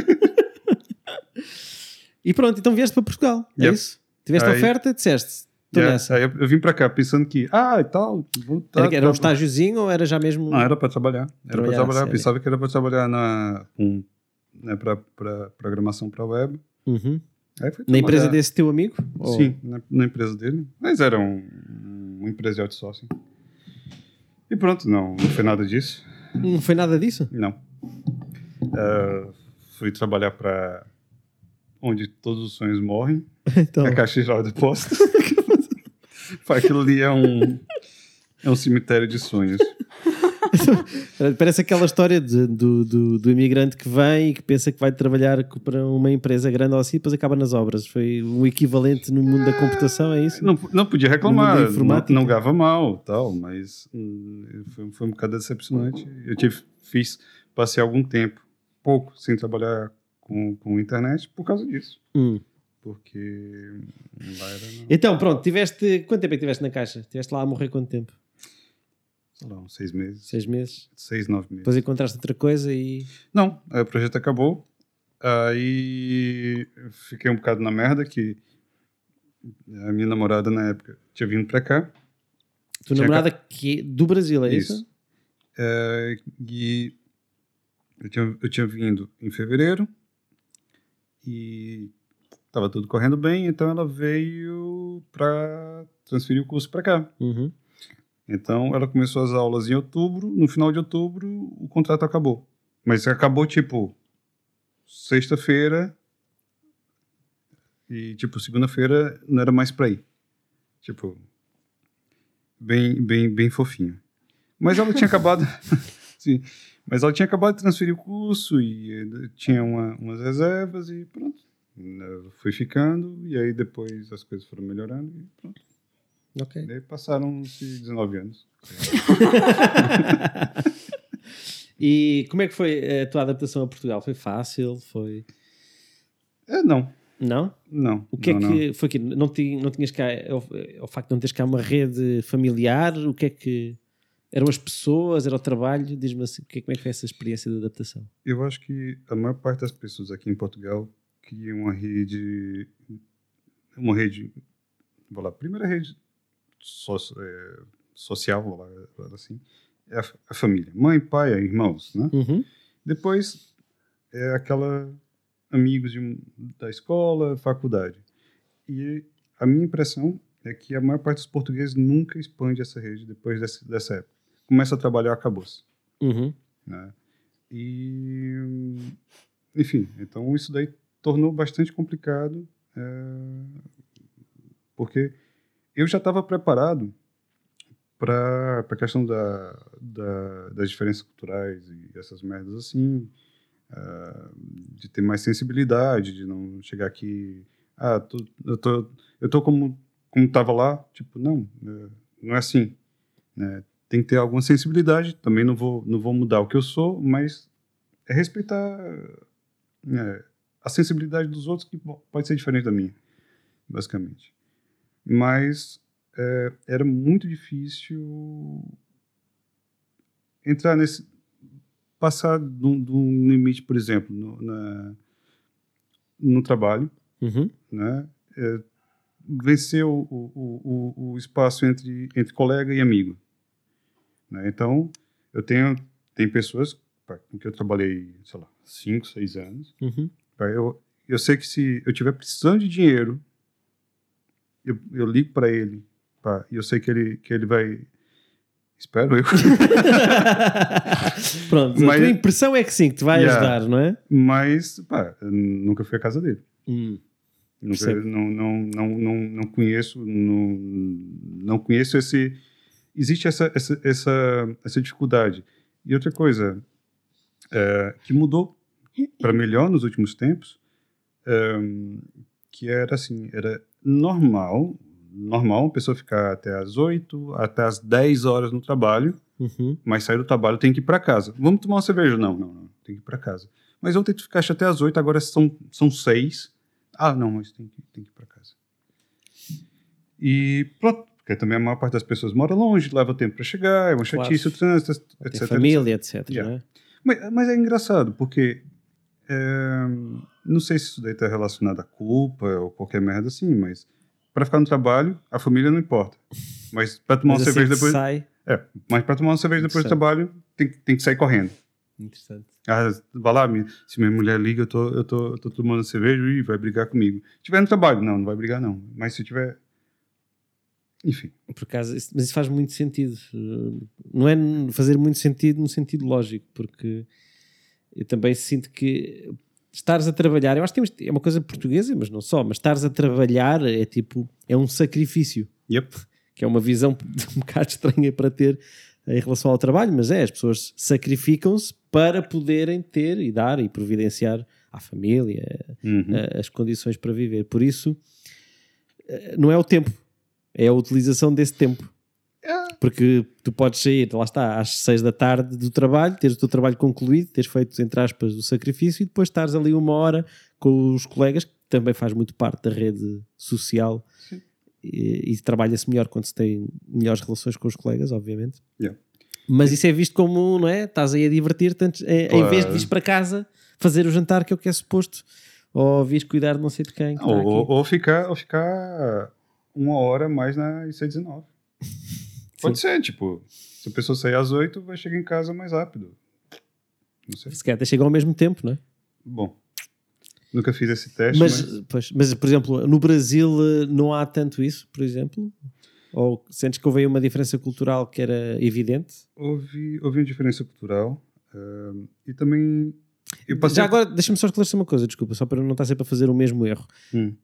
E pronto, então vieste para Portugal. É
Yep.
isso? Tiveste a
Aí-
oferta, disseste. Estou
Yeah,
nessa.
Aí eu, eu vim pra cá pensando que, ah, e tal. vou- tá-
Era, era um
tá-
estágiozinho ou era já mesmo.
Não, era pra trabalhar.
Trabalhar
Era pra
na
trabalhar. Eu
série.
pensava que era pra trabalhar na. Com, né, pra, pra programação pra web.
Uhum.
Aí fui
Na empresa
trabalhar.
desse teu amigo? Ou-
Sim, na, na empresa dele. Mas era um, uma empresa de outsourcing. E pronto, não, não foi nada disso.
Não foi nada
*laughs*
disso?
Não. Ah, fui trabalhar pra. Onde todos os sonhos morrem.
Então.
É a caixa geral de *laughs* depósitos. Pá, Aquilo ali é um, é um cemitério de sonhos.
Parece aquela história de- do, do, do imigrante que vem e que pensa que vai trabalhar co- para uma empresa grande ou assim e depois acaba nas obras. Foi o equivalente no mundo da computação, é isso?
Não, não podia
No mundo
reclamar,
da
não,
informática.
não ganhava mal tal, mas hum, foi, foi um bocado decepcionante. Eu tive, fiz, passei algum tempo, pouco, sem trabalhar com, com internet por causa disso.
Hum.
Porque lá era, não,
Então, pronto, tiveste. Quanto tempo é que tiveste na caixa? Tiveste lá a morrer quanto tempo?
sei lá, uns seis meses,
Seis meses?
seis, nove meses.
Depois encontraste outra coisa e.
Não, aí o projeto acabou. Aí eu fiquei um bocado na merda que a minha namorada na época tinha vindo pra cá.
Tu
Tinha
namorada que é do Brasil, é isso?
É, e eu tinha, eu tinha vindo em fevereiro e tava tudo correndo bem, então ela veio pra transferir o curso pra cá.
Uhum.
Então ela começou as aulas em outubro, no final de outubro o contrato acabou. Mas acabou tipo sexta-feira e tipo segunda-feira não era mais pra ir. Tipo bem bem bem fofinho. Mas ela tinha *laughs* acabado Sim. Mas ela tinha acabado de transferir o curso e ainda tinha uma- umas reservas e pronto. Eu fui ficando e aí depois as coisas foram melhorando e pronto.
Ok.
Daí passaram-se 19 anos.
E como é que foi a tua adaptação a Portugal? Foi fácil? Foi.
É, não,
Não?
não.
O que
não,
é
não.
que foi aqui? Não, ti- não tinhas cá, é o, é o facto de não teres cá uma rede familiar, o que é que eram as pessoas, era o trabalho? Diz-me assim, o que é- como é que foi essa experiência de adaptação?
Eu acho que a maior parte das pessoas aqui em Portugal cria uma rede. Uma rede. Vou lá, primeira rede so, é, social, vou lá, vou lá assim, é a, fa- a família. Mãe, pai, irmãos, né?
Uhum,
Depois é aquela amigos de- da escola, faculdade. E a minha impressão é que a maior parte dos portugueses nunca expande essa rede depois desse- dessa época. Começa a trabalhar, acabou-se.
Uhum.
né? E, hum, enfim, então isso daí tornou bastante complicado, é, porque eu já estava preparado para a questão da, da- das diferenças culturais e essas merdas assim, ah, de ter mais sensibilidade, de não chegar aqui, ah, tu- eu tô, eu tô como como tava lá, tipo, não, eh, não é assim, né? Tem que ter alguma sensibilidade, também não vou não vou mudar o que eu sou, mas é respeitar né, a sensibilidade dos outros que bom, pode ser diferente da minha, basicamente. Mas é, era muito difícil entrar nesse passar de um, de um limite, por exemplo, no, na- no trabalho,
Uhum.
né? É, vencer o, o- o, o, o espaço entre entre colega e amigo, né? Então eu tenho tem pessoas pá, com que eu trabalhei, sei lá, cinco, seis anos
Uhum.
Tá, Eu, eu sei que se eu tiver precisando de dinheiro, eu, eu ligo para ele. tá? E eu sei que ele, que ele vai. Espero
*laughs*
eu. *laughs*
Pronto, a
Mas-
tua impressão é que sim, que te vai
Yeah.
ajudar, não é?
Mas, pá, eu nunca fui à casa dele.
Hum.
Nunca,
Percebo.
não, não, não, não, não conheço. Não, não conheço esse. Existe essa, essa, essa, essa dificuldade. E outra coisa é, que mudou para melhor nos últimos tempos, é, que era assim, era normal, normal uma pessoa ficar até às 8, até às 10 horas no trabalho,
Uhum.
mas sair do trabalho tem que ir para casa. Vamos tomar uma cerveja? Não, não, não. Tem que ir para casa. Mas ontem tu ficaste até às oito, agora são, são seis. Ah, não, mas tem que, tem que ir para casa. E pronto, porque também a maior parte das pessoas mora longe, leva tempo para chegar, é uma
Claro.
chatice, o trânsito, etc.
Tem
etc.
família, etc.
Yeah.
não é?
Mas, mas é engraçado, porque é, não sei se isso daí está relacionado à culpa ou qualquer merda assim, mas para ficar no trabalho, a família não importa. Mas para tomar
Mas
uma
assim
cerveja
que
depois.
sai.
É, mas para tomar uma cerveja depois do
Interessante.
trabalho, tem, que- tem que sair correndo.
Interessante.
Ah, vai lá, minha- se minha mulher liga, eu tô, eu tô, eu tô tomando cerveja e vai brigar comigo. Se tiver no trabalho, não, não vai brigar não. Mas se tiver... Enfim.
Por acaso, isso- mas isso faz muito sentido. Uh, Não é n- fazer muito sentido no sentido lógico, porque eu também sinto que estares a trabalhar, eu acho que temos, é uma coisa portuguesa, mas não só, mas estares a trabalhar é tipo, é um sacrifício,
Yep.
que é uma visão *laughs* um bocado estranha para ter em relação ao trabalho, mas é, as pessoas sacrificam-se para poderem ter e dar e providenciar à família,
Uhum.
eh, as condições para viver. Por isso, eh, não é o tempo, é a utilização desse tempo.
É.
Porque tu podes sair, lá está, às seis da tarde do trabalho, teres o teu trabalho concluído, teres feito, entre aspas, o sacrifício e depois estares ali uma hora com os colegas, que também faz muito parte da rede social e, e trabalha-se melhor quando se tem melhores relações com os colegas, obviamente.
Yeah.
Mas isso é visto como, não é? Estás aí a divertir-te antes- eh, em vez de
Claro.
ires para casa fazer o jantar que é o que é suposto ou vires cuidar de não sei de quem. que está
Ou, ou-
tá aqui.
ou ficar, ou ficar uma hora mais na IC19.
*laughs*
Pode ser, tipo, se a pessoa sair às 8, vai chegar em casa mais rápido. Não sei.
Se calhar até chega ao mesmo tempo, não é?
Bom, nunca fiz esse teste,
Mas,
mas...
pois, mas, por exemplo, no Brasil eh, não há tanto isso, por exemplo? Ou sentes que houve aí uma diferença cultural que era evidente?
houve, houve uma diferença cultural ehm, e também eu passei
Já agora, deixa-me só esclarecer uma coisa, desculpa, só para não estar sempre a fazer o mesmo erro.
Hum.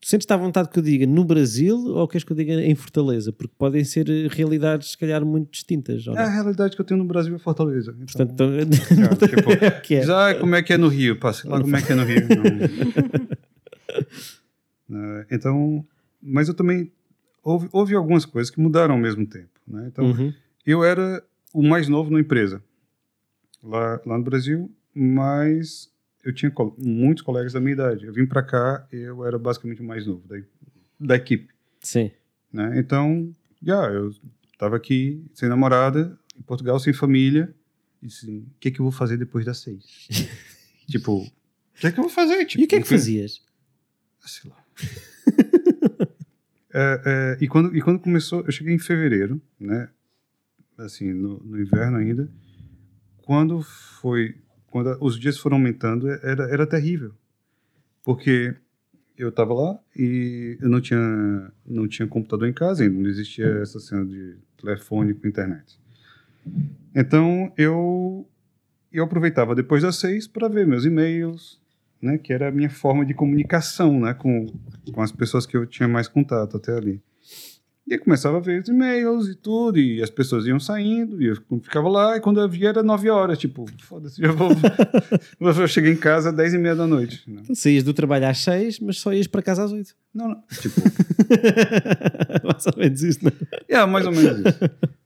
Tu sentes-te à vontade que eu diga no Brasil ou queres que eu diga em Fortaleza? Porque podem ser eh, realidades, se calhar, muito distintas. ou
É
não?
a realidade que eu tenho no Brasil é Fortaleza. Então,
Portanto,
*laughs*
então- *laughs*
cara, tipo,
é o que é.
diz, "Ah, como é que é no Rio? Passa lá como é que é no
*laughs*
Rio. Não. Eh, então, mas eu também houve, houve algumas coisas que mudaram ao mesmo tempo, né? Então,
Uhum.
eu era o mais novo na empresa lá, lá no Brasil, mas eu tinha col- muitos colegas da minha idade. Eu vim para cá, eu era basicamente o mais novo da, da equipe.
Sim.
né? Então, já, eu tava aqui sem namorada, em Portugal sem família, e assim, o que que eu vou fazer depois
*laughs*
das seis? tipo, o que que eu vou fazer? Tipo,
E o que é que
não fui-
fazias?
ah, Sei lá. *laughs* É, é, e, quando, e quando começou, eu cheguei em fevereiro, né? Assim, no, no inverno ainda. Quando foi, quando a- os dias foram aumentando, é- era, era terrível. Porque eu tava lá e eu não tinha, não tinha computador em casa ainda, não existia essa cena de telefone com internet. Então, eu, eu aproveitava depois das seis para ver meus e-mails, né, que era a minha forma de comunicação, né, com, com as pessoas que eu tinha mais contato até ali. E eu começava a ver os e-mails e tudo, e as pessoas iam saindo, e eu ficava lá, e quando eu via era 9 horas, tipo, foda-se, já vou. eu cheguei em casa às 10 e meia da noite. né?
Saías do trabalho às 6, mas só ias para casa às 8.
Não, não. *laughs* Tipo,
*laughs* Mais ou menos isso, não é?
é, mais ou menos isso.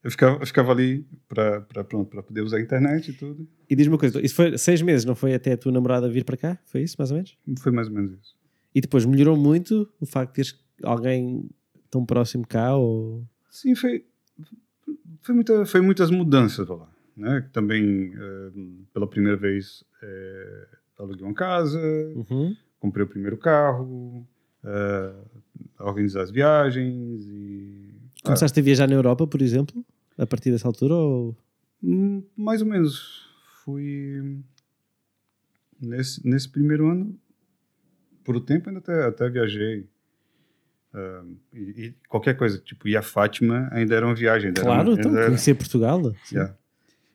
Eu ficava, eu ficava ali pra, pra, pronto, pra poder usar a internet e tudo.
E diz-me uma coisa, isso foi 6 meses, não foi até a tua namorada vir para cá? Foi isso, mais ou menos?
Foi mais ou menos isso.
E depois melhorou muito o facto de teres alguém tão próximo cá ou...
Sim, foi, foi, muita, foi muitas mudanças pra lá. Né? Também, eh, pela primeira vez, eh, aluguei uma casa,
Uhum.
comprei o primeiro carro, eh, organizar as viagens e... ah,
Começaste a viajar na Europa, por exemplo, a partir dessa altura ou...
Hum, Mais ou menos. Fui. Nesse, nesse primeiro ano, por o tempo, ainda até, até viajei. Ah, e, e qualquer coisa, tipo, ir a Fátima ainda era uma viagem. Ainda
Claro,
era, um,
então,
ainda era,
conhecer Portugal. sim.
yeah.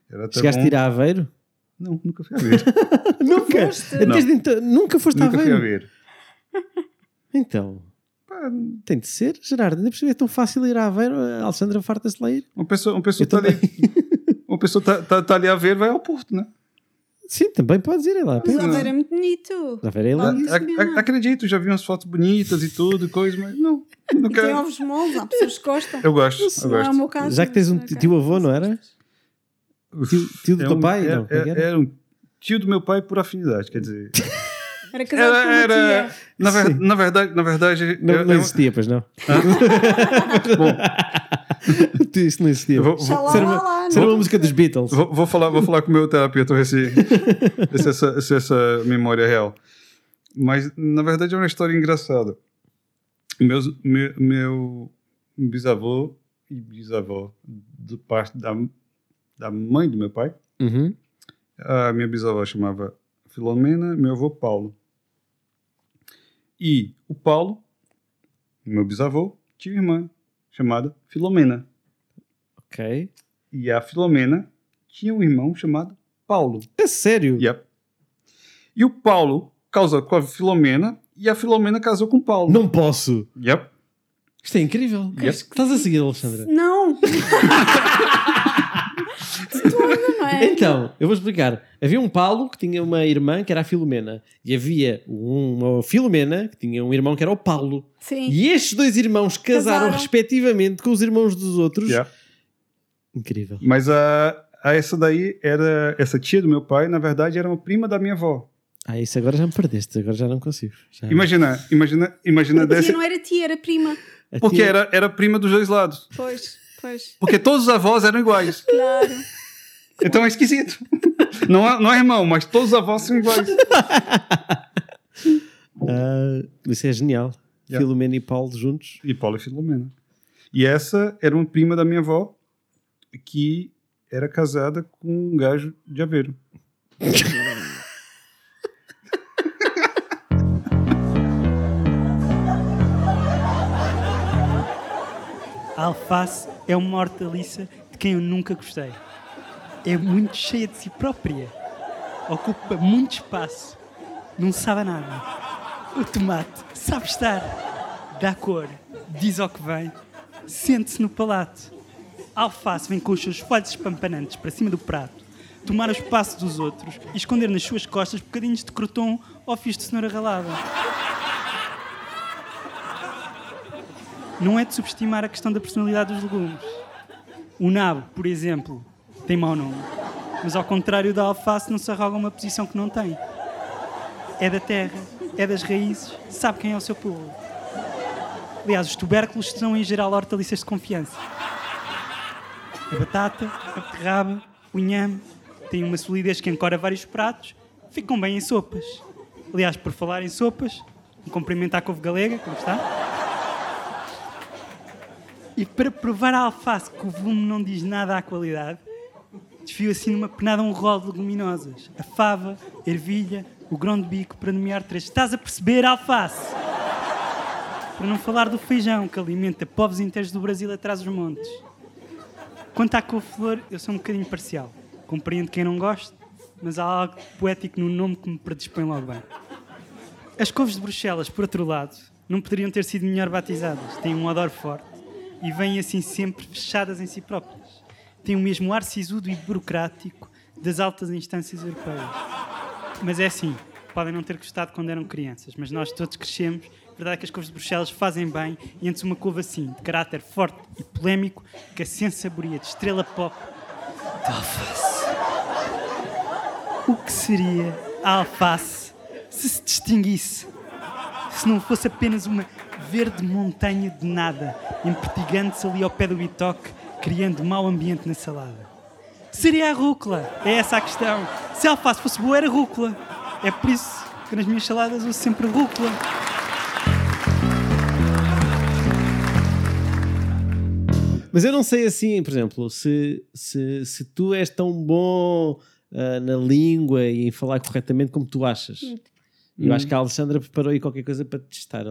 Era até
Chegaste
bom-
a Tá ir a
*laughs*
Aveiro?
Não, nunca fui
*laughs*
a ver.
Nunca!
Foste.
Desde então, nunca foste a
nunca fui a
Aveiro?
ver.
Então, tem de ser, Gerardo. Ainda percebi, é tão fácil ir a Aveiro. A Alessandra farta-se lá ir.
Uma pessoa, uma pessoa
Eu
tá
também.
ali. *laughs* Uma pessoa tá, tá, tá ali a ver, vai ao Porto, né?
Sim, também podes ir é lá.
Mas
perto.
Aveiro é muito bonito.
Aveiro é lá.
Ah,
A- a-
sabia, não.
acredito, já vi umas fotos bonitas e tudo, e coisa, mas não. não
E tem
Então,
quero.
ovos moles, há pessoas que gostam.
Eu gosto,
Isso
eu
não é o
gosto.
meu caso.
Já que tens um
mas, ok.
tio-avô, não era? Tio, tio do
É
teu
um-
pai?
é-
não, como é que
é-
era?
era um tio do meu pai por afinidade,
*laughs*
quer dizer.
Era
um
um casado
Era-
com uma
era-
tia.
Na, ver-
Sim.
na verdade, na verdade,
Não,
eu,
não
eu-
existia, pois não. *laughs*
bom,
Isto não existia.
Ah. eu vou, vou-
Xalá,
Ser
lá,
uma-
lá,
Isso era uma
não.
música dos Beatles.
vou- vou falar, vou falar com o meu terapeuta
*laughs*
ver se, se essa, se essa memória é real. Mas na verdade é uma história engraçada. Meus, me- meu, bisavô e bisavó do parte da, da mãe do meu pai,
Uhum.
a minha bisavó chamava Filomena, meu avô Paulo. E o Paulo, meu bisavô, tinha uma irmã chamada Filomena.
Ok.
E a Filomena tinha um irmão chamado Paulo.
É sério?
Yep. E o Paulo casou com a Filomena e a Filomena casou com o Paulo.
Não posso.
Yep.
Isto é incrível.
Yep.
Estás a seguir, Alexandra? *laughs*
Não! Tudo, não é?
Então, eu vou explicar. Havia um Paulo que tinha uma irmã que era a Filomena. E havia um, uma Filomena que tinha um irmão que era o Paulo.
Sim.
E estes dois irmãos casaram,
Casaram.
respectivamente com os irmãos dos outros.
Yep.
Incrível.
Mas a, a essa daí era essa tia do meu pai, na verdade, era uma prima da minha avó.
Ah, isso agora já me perdeste. Agora já não consigo. Já-
Imagina, imagina,
A
imagina
tia
dessa.
não era tia, era prima.
A
Porque
tia-
era, era prima dos dois lados.
Pois, pois.
Porque todos os avós eram iguais.
Claro.
Então é esquisito. Não é, não é irmão, mas todos os avós são iguais.
Ah, isso é genial.
Yeah.
Filomena e Paulo juntos.
E Paulo e Filomena. E essa era uma prima da minha avó que era casada com um gajo de aveiro.
A alface é uma hortaliça de quem eu nunca gostei. É muito cheia de si própria. Ocupa muito espaço. Não sabe a nada. O tomate sabe estar. Dá cor. Diz ao que vem. Sente-se no palato. A alface vem com os seus folhos espampanantes para cima do prato. Tomar o espaço dos outros e esconder nas suas costas bocadinhos de croton ou fios de cenoura ralada. não é de subestimar a questão da personalidade dos legumes. O nabo, por exemplo, tem mau nome, mas ao contrário da alface não se arroga uma posição que não tem. É da terra, é das raízes, sabe quem é o seu povo. Aliás, os tubérculos são em geral hortaliças de confiança. A batata, a beterraba, o inhame têm uma solidez que encora vários pratos, ficam bem em sopas. Aliás, por falar em sopas, um cumprimento à couve galega, como está? E para provar a alface que o volume não diz nada à qualidade, desfio assim numa penada um rol de leguminosas. A fava, a ervilha, o grão de bico para nomear três. Estás a perceber, alface? Para não falar do feijão que alimenta povos inteiros do Brasil atrás dos montes. Quanto à couve-flor, eu sou um bocadinho parcial. Compreendo quem não gosta, mas há algo poético no nome que me predispõe logo bem. As couves de Bruxelas, por outro lado, não poderiam ter sido melhor batizadas. Têm um odor forte, e vêm assim sempre fechadas em si próprias. Têm o mesmo ar sisudo e burocrático das altas instâncias europeias. Mas é assim, podem não ter gostado quando eram crianças, mas nós todos crescemos. A verdade é que as couves de Bruxelas fazem bem e antes uma couve assim, de caráter forte e polémico, que a sensaboria de estrela pop de alface. O que seria a alface se se distinguisse? se não fosse apenas uma verde montanha de nada, empertigando-se ali ao pé do bitoque, criando mau ambiente na salada. Seria a rúcula, é essa a questão. Se a alface fosse boa, era rúcula. É por isso que nas minhas saladas uso sempre rúcula.
Mas eu não sei assim, por exemplo, se, se, se tu és tão bom ah, na língua e em falar corretamente como tu achas. Eu acho que a Alexandra preparou aí qualquer coisa para te testar.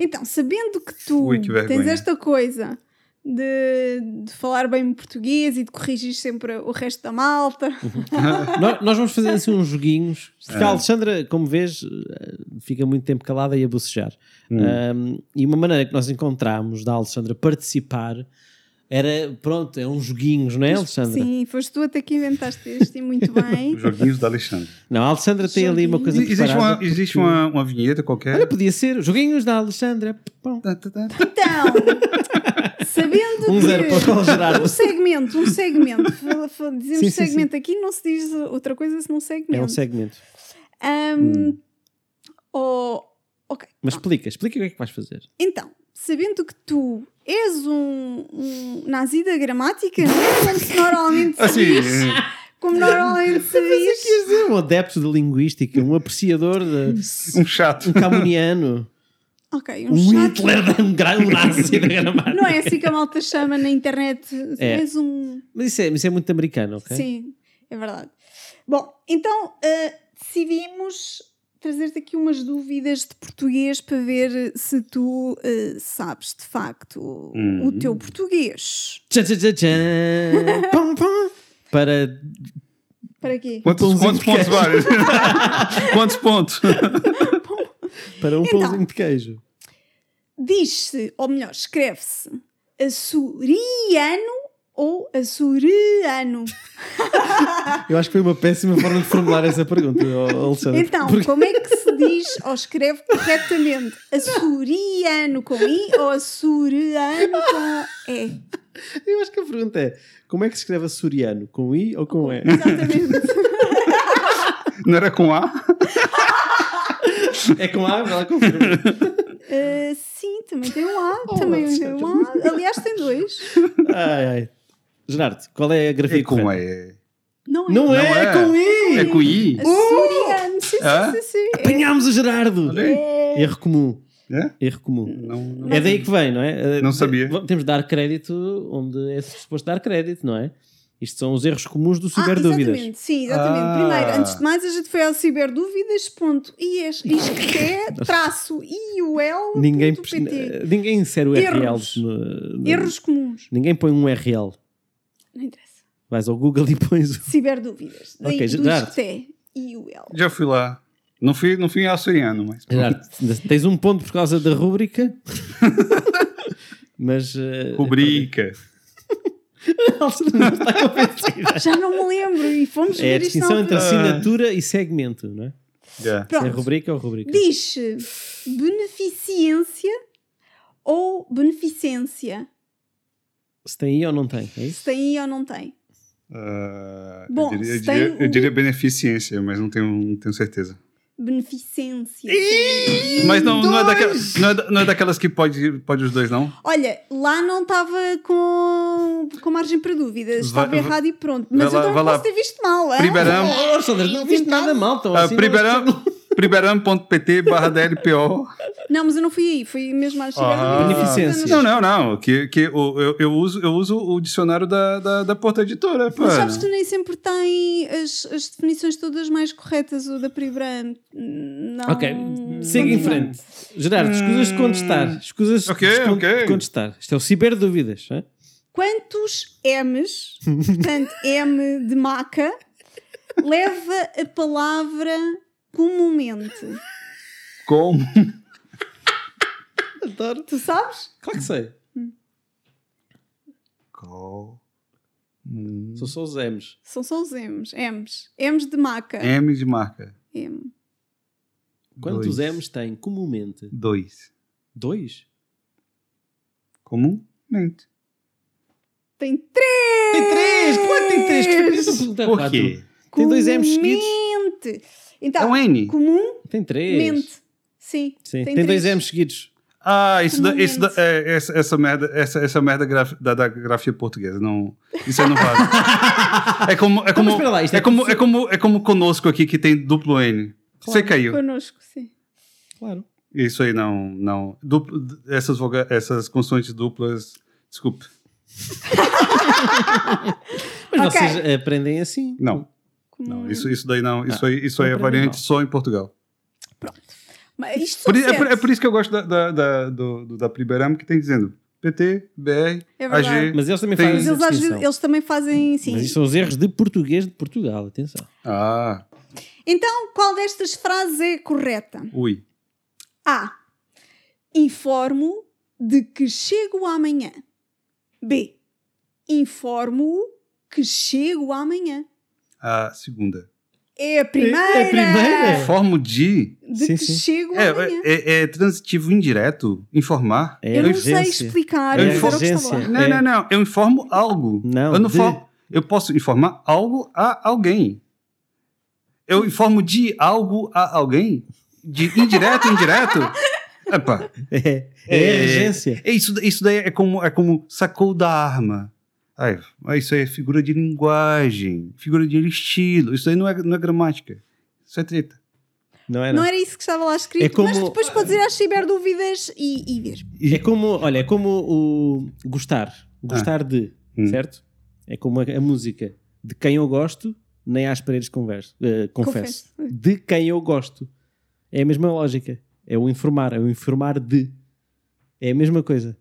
Então, sabendo que tu
Ui, que vergonha.
tens esta coisa de, de falar bem português e de corrigir sempre o resto da malta,
*laughs* nós, nós vamos fazer assim uns joguinhos. Porque
É.
a Alexandra, como vês, eh, fica muito tempo calada e a bocejar. Um, e uma maneira que nós encontramos da Alexandra participar era, pronto, é uns joguinhos, não é, Alexandra?
sim, foste tu até que inventaste este e muito bem.
Os joguinhos da Alexandre.
Não, a Alexandra tem ali uma coisa
Existe,
preparada. Hum.
uma, existe uma, uma vinheta qualquer?
Olha, podia ser. Joguinhos da Alexandra. Bom,
Tá, tá, tá.
Então, sabendo
Um zero para o Paulo
que
Gerardo.
um segmento, um segmento, fa- fa- dizemos
Sim, sim,
segmento aqui, não se diz outra coisa senão
é
segmento.
um segmento.
Ahm, ou- ok,
Mas explica, explica o que é que vais fazer.
Então, sabendo que tu és um, um nazi da gramática, não é? como se normalmente se
Assim,
diz, como normalmente se diz,
Quer dizer, um adepto de linguística, um apreciador de
um chato.
camuniano,
ok, *laughs* um
um
chato,
Hitler, um grande nazi da
*laughs*
gramática.
não é assim que a malta chama na internet,
É.
és um,
Mas isso é, mas isso é muito americano, ok?
sim, é verdade. Bom, então ah, decidimos trazer-te aqui umas dúvidas de português para ver se tu ah, sabes de facto o teu português.
Tchan, tchan, tchan, tchan. Pum, pum. Para
Para quê?
Quantos, quantos pontos vários? quantos pontos?
Para um
Então.
pãozinho de queijo.
diz-se, ou melhor, escreve-se açoriano ou açoriano.
Eu acho que foi uma péssima forma de formular essa pergunta, ó, Alexandre.
Então,
Porque-
como é que se diz ou escreve corretamente? Açoriano com I ou açoriano com E?
Eu acho que a pergunta é: como é que se escreve açoriano? Com I ou com E?
Exatamente.
Não era com A?
É com A, ela confirma.
Ah, sim, também tem um A.
Oh,
também
é
tem um A. Aliás, tem dois.
Ai, ai. Gerardo, qual é a grafia
É com
correta?
E.
Não é.
Não, é,
Não
é,
é.
com I!
É com I?
Açoriano. Sim,
Ah?
sim, sim, sim.
Apanhámos o Gerardo!
É.
Erro comum.
É?
Erro comum.
Não, não-
É daí que vem, não é? Eh,
Não sabia.
v- Temos de dar crédito onde é suposto dar crédito, não é? Isto são os erros comuns do Ciberdúvidas.
Ah, Exatamente, sim, exatamente.
Ah.
Primeiro, antes de mais, a gente foi ao ciberdúvidas.ies.it traço IUL.
Ninguém,
ponto PT.
pres- ninguém insere o RL.
Erros.
no- no-
Erros comuns.
Ninguém põe um RL.
Não interessa.
Vais ao Google *laughs* e pões o.
Ciberdúvidas. Daí
Ok,
do
Gerardo.
ISCTE, IUL.
Já fui lá. Não fui, não fui em açoriano, mas.
Gerardo, tens um ponto por causa da rúbrica.
*laughs*
Mas. eh, *laughs*
Rubrica.
a Alexandra não está convencida.
Já não me lembro e fomos
É a
ver isto
distinção
na
entre
altura.
assinatura e segmento, não é?
Yeah.
Se é
Pronto.
rubrica ou rubrica?
Diz beneficência ou beneficência.
Se tem I ou não tem, é isso?
Se tem I ou não tem.
Ah,
Bom,
eu diria, eu
se tem
diria- eu
um-
diria beneficência, mas não tenho, não tenho certeza.
Beneficência.
Mas não, não, é, daquela, não, é, da- não é daquelas que pode, pode os dois, não?
Olha, lá não estava com, com margem para dúvidas.
Vai-
Estava errado e pronto. Mas
vai
eu
lá-
também
vai
posso
lá.
ter visto mal, é?
Primeirão.
Oh, Alexandre, não viste nada mal, então
Ah,
assim não-
priberam- *laughs* Priberam.pt barra DLPO.
Não, mas eu não fui aí. Fui mesmo a chegar
Ah.
do
Beneficência.
Não, não, não. Que, que o- eu, eu, uso, eu uso o dicionário da, da, da Porta Editora. Pô.
Mas sabes que nem sempre tem as, as definições todas mais corretas, o da Pribeirão. Não.
Ok, segue em frente. Gerardo, escusas de contestar. Escusas
Ok,
de, con-
ok.
de contestar. Isto é o ciberdúvidas. hã?
Quantos M's, portanto, M de maca, leva a palavra comumente?
Como?
Adoro.
Tu sabes?
Claro que sei.
Calmo.
São só os M's.
São só os M's. M's. M's de maca.
M de marca.
M.
Quantos
Dois.
M's tem comumente?
Dois.
Dois?
Comumente.
Tem três!
Tem três! Como é que tem três? Que isso não tem
Por
É quatro.
quê?
Tem dois M's seguidos?
Comumente.
É
Então,
um N.
comum,
Tem três.
mente. Sim.
Sim.
Tem
Tem, dois
três.
M's seguidos.
Ah, isso, da, isso da-
Comumente.
é, essa, essa merda, essa, essa merda graf- da, da grafia portuguesa. Não, isso aí
*laughs*
não vale. é como, é como,
espera lá, isto
é,
é
como, é, como, é como conosco aqui que tem duplo N. Você caiu.
Conosco, sim.
Claro.
Isso aí não. não. Duplo, essas, voga, essas consoantes duplas. Desculpa.
Mas
Ok.
vocês aprendem assim.
Não,
Comum.
não. Isso, isso daí não. Isso aí, isso aí é
Hum. Ah, Não, pra mim
variante
não.
só em Portugal.
Mas isto
Por i-
são
é, por, é
sete.
por isso que eu gosto da, da, da, do, do- da Priberama, que tem dizendo PT, BR,
É verdade.
AG.
Mas eles também
Tem-
fazem
Mas
essa
eles, às vezes,
distinção.
eles também fazem, sim.
Mas isto são os erros de português de Portugal, atenção.
Ah,
Então, qual destas frases é correta?
ui.
A. Informo de que chego amanhã. B. Informo que chego amanhã.
A segunda.
É a primeira,
É a primeira?
Formo de.
de
Sim,
que
sim.
chego
É,
amanhã.
é, é transitivo indireto. Informar.
É
eu não sei
urgência.
explicar.
É
eu quero
urgência.
obstacular.
Não,
É.
não, não. Eu informo algo.
Não,
Eu não
de.
formo- Eu posso informar algo a alguém. Eu informo de algo a alguém? De indireto,
*laughs*
indireto? Epa.
É,
É.
é urgência.
É isso, isso daí é como, é como sacou da arma. Ai, mas isso aí é figura de linguagem, figura de estilo. Isso aí não é, não é gramática. Isso é treta.
Não é,
Não
não.
era isso que estava lá escrito,
É como-
mas depois podes ir às ciberdúvidas e, e ver.
É como, olha, Ah. é como o gostar. Gostar de,
Hum.
certo? É como a, a música. De quem eu gosto, nem às paredes converso, eh, confesso.
Confesso.
De quem eu gosto. É a mesma lógica. É o informar, é o informar de. É a mesma coisa.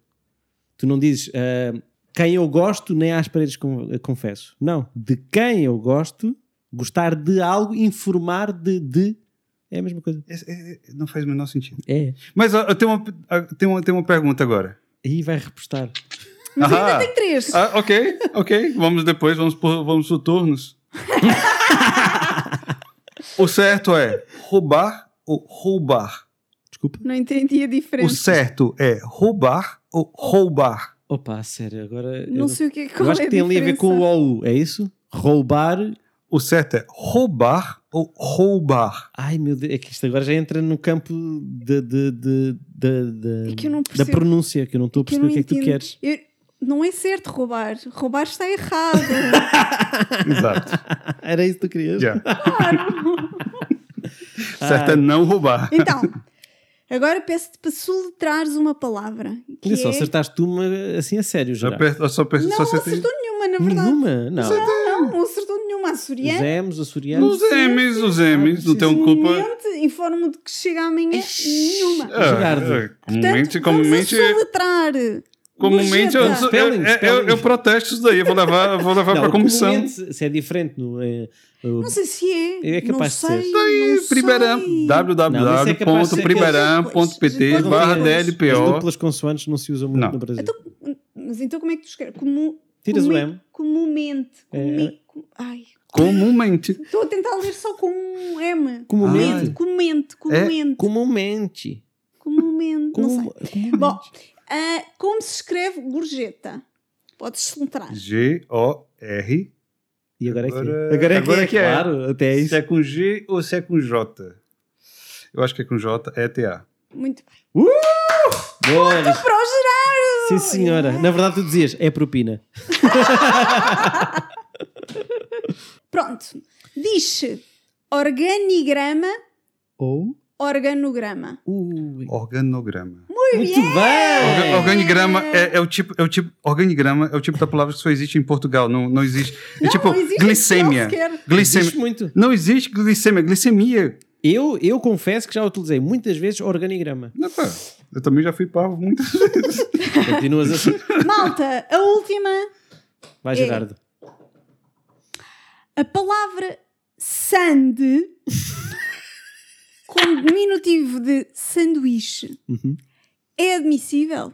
Tu não dizes ah, quem eu gosto, nem às paredes con- eh, confesso. Não. De quem eu gosto, gostar de algo, informar de, de. É a mesma coisa.
Esse- é- é- não faz o menor sentido.
É.
Mas ó, eu tenho uma, eu tenho uma, tenho uma pergunta agora.
Aí vai repostar.
Mas
Ah.
ainda tem três.
Ah, ok, ok. Vamos depois, vamos por, vamos por
*laughs*
turnos. o certo é roubar ou roubar?
Desculpa.
Não entendi a
O
diferença.
certo é roubar ou roubar?
Opa, a sério, agora. eu
Não, sei o que é
Eu
qual
acho
é
que tem ali a ver
diferença.
com o OU, é isso? Roubar.
O certo é roubar ou roubar?
Ai meu Deus, é que isto agora já entra no campo de, de- de- de- de-
É que eu não
da
percebo.
pronúncia, que eu não estou a
que eu
perceber o que é que tu
entendo.
queres. *laughs*
Eu- Não é certo roubar. Roubar está errado.
*laughs*
Exato. *laughs*
Era isso que tu querias?
Já.
claro.
O certo é não roubar.
Então, agora peço-te para soletrares uma palavra. Que
Olha só,
é...
acertaste uma assim a sério, já.
Eu per- eu só per-
Não,
só
não
acertei
acertou nenhuma, na É verdade.
Nenhuma? Não. Os
Não, não acertou nenhuma. Açoriana,
M's, os açorianos.
Os M's, os M's, não tenho culpa.
comumente, informo de que chega amanhã, nenhuma.
É, Gerardo.
é, comumente,
Portanto,
comumente,
é
vamos a soletrar.
comumente eu,
Nojenta.
eu,
Spelling,
eu- eu- eu
spelling.
protesto isso daí, eu vou levar, eu vou levar
Não,
pra comissão.
comumente, Se é diferente, não é? o-
Não sei se é.
É capaz
não
de ser.
sei,
Daí,
não
Priberam,
sei.
Não, isso é capaz de ser
www.priberam.pt
aqueles-
barra
Depois-
As
DLPO.
duplas consoantes não se usam muito
Não.
no Brasil.
Então, Mas então como é que tu escreves? Como,
Tiras o
como,
M. É.
Comumente. Comi, com- ai,
Comumente.
Estou a tentar ler só com um M.
Comumente. É?
Comente, comente, comente.
Comumente.
Comumente. Não sei.
Comum- comumente.
Bom, Ah, como se escreve gorjeta? Podes soletrar.
G-O-R.
E agora é que
Agora-
é. Agora é,
agora
que, é,
que é.
claro, até é isso.
Se é com G ou se é com J? Eu acho que é com J, é T-A.
Muito bem.
Boa, Alice.
Para o Gerardo!
Sim, senhora. Na verdade, tu dizias, é propina.
Pronto. Diz organigrama,
Ou.
organograma.
Organograma.
Muito
Orga-
bem!
Organigrama é, é o tipo, é o tipo. Organigrama é o tipo da palavra que só existe em Portugal. Não, não existe. É tipo
não existe
glicemia.
esse sequer.
Glicemia.
Diz muito.
Não existe glicemia. Glicemia.
Eu, eu confesso que já utilizei muitas vezes organigrama.
Não, pá, Eu também já fui parvo *laughs* muitas vezes.
Continuas assim.
Malta, a última.
Vai,
*laughs* É.
Gerardo.
A palavra sand com diminutivo de sanduíche
Uhum.
é admissível?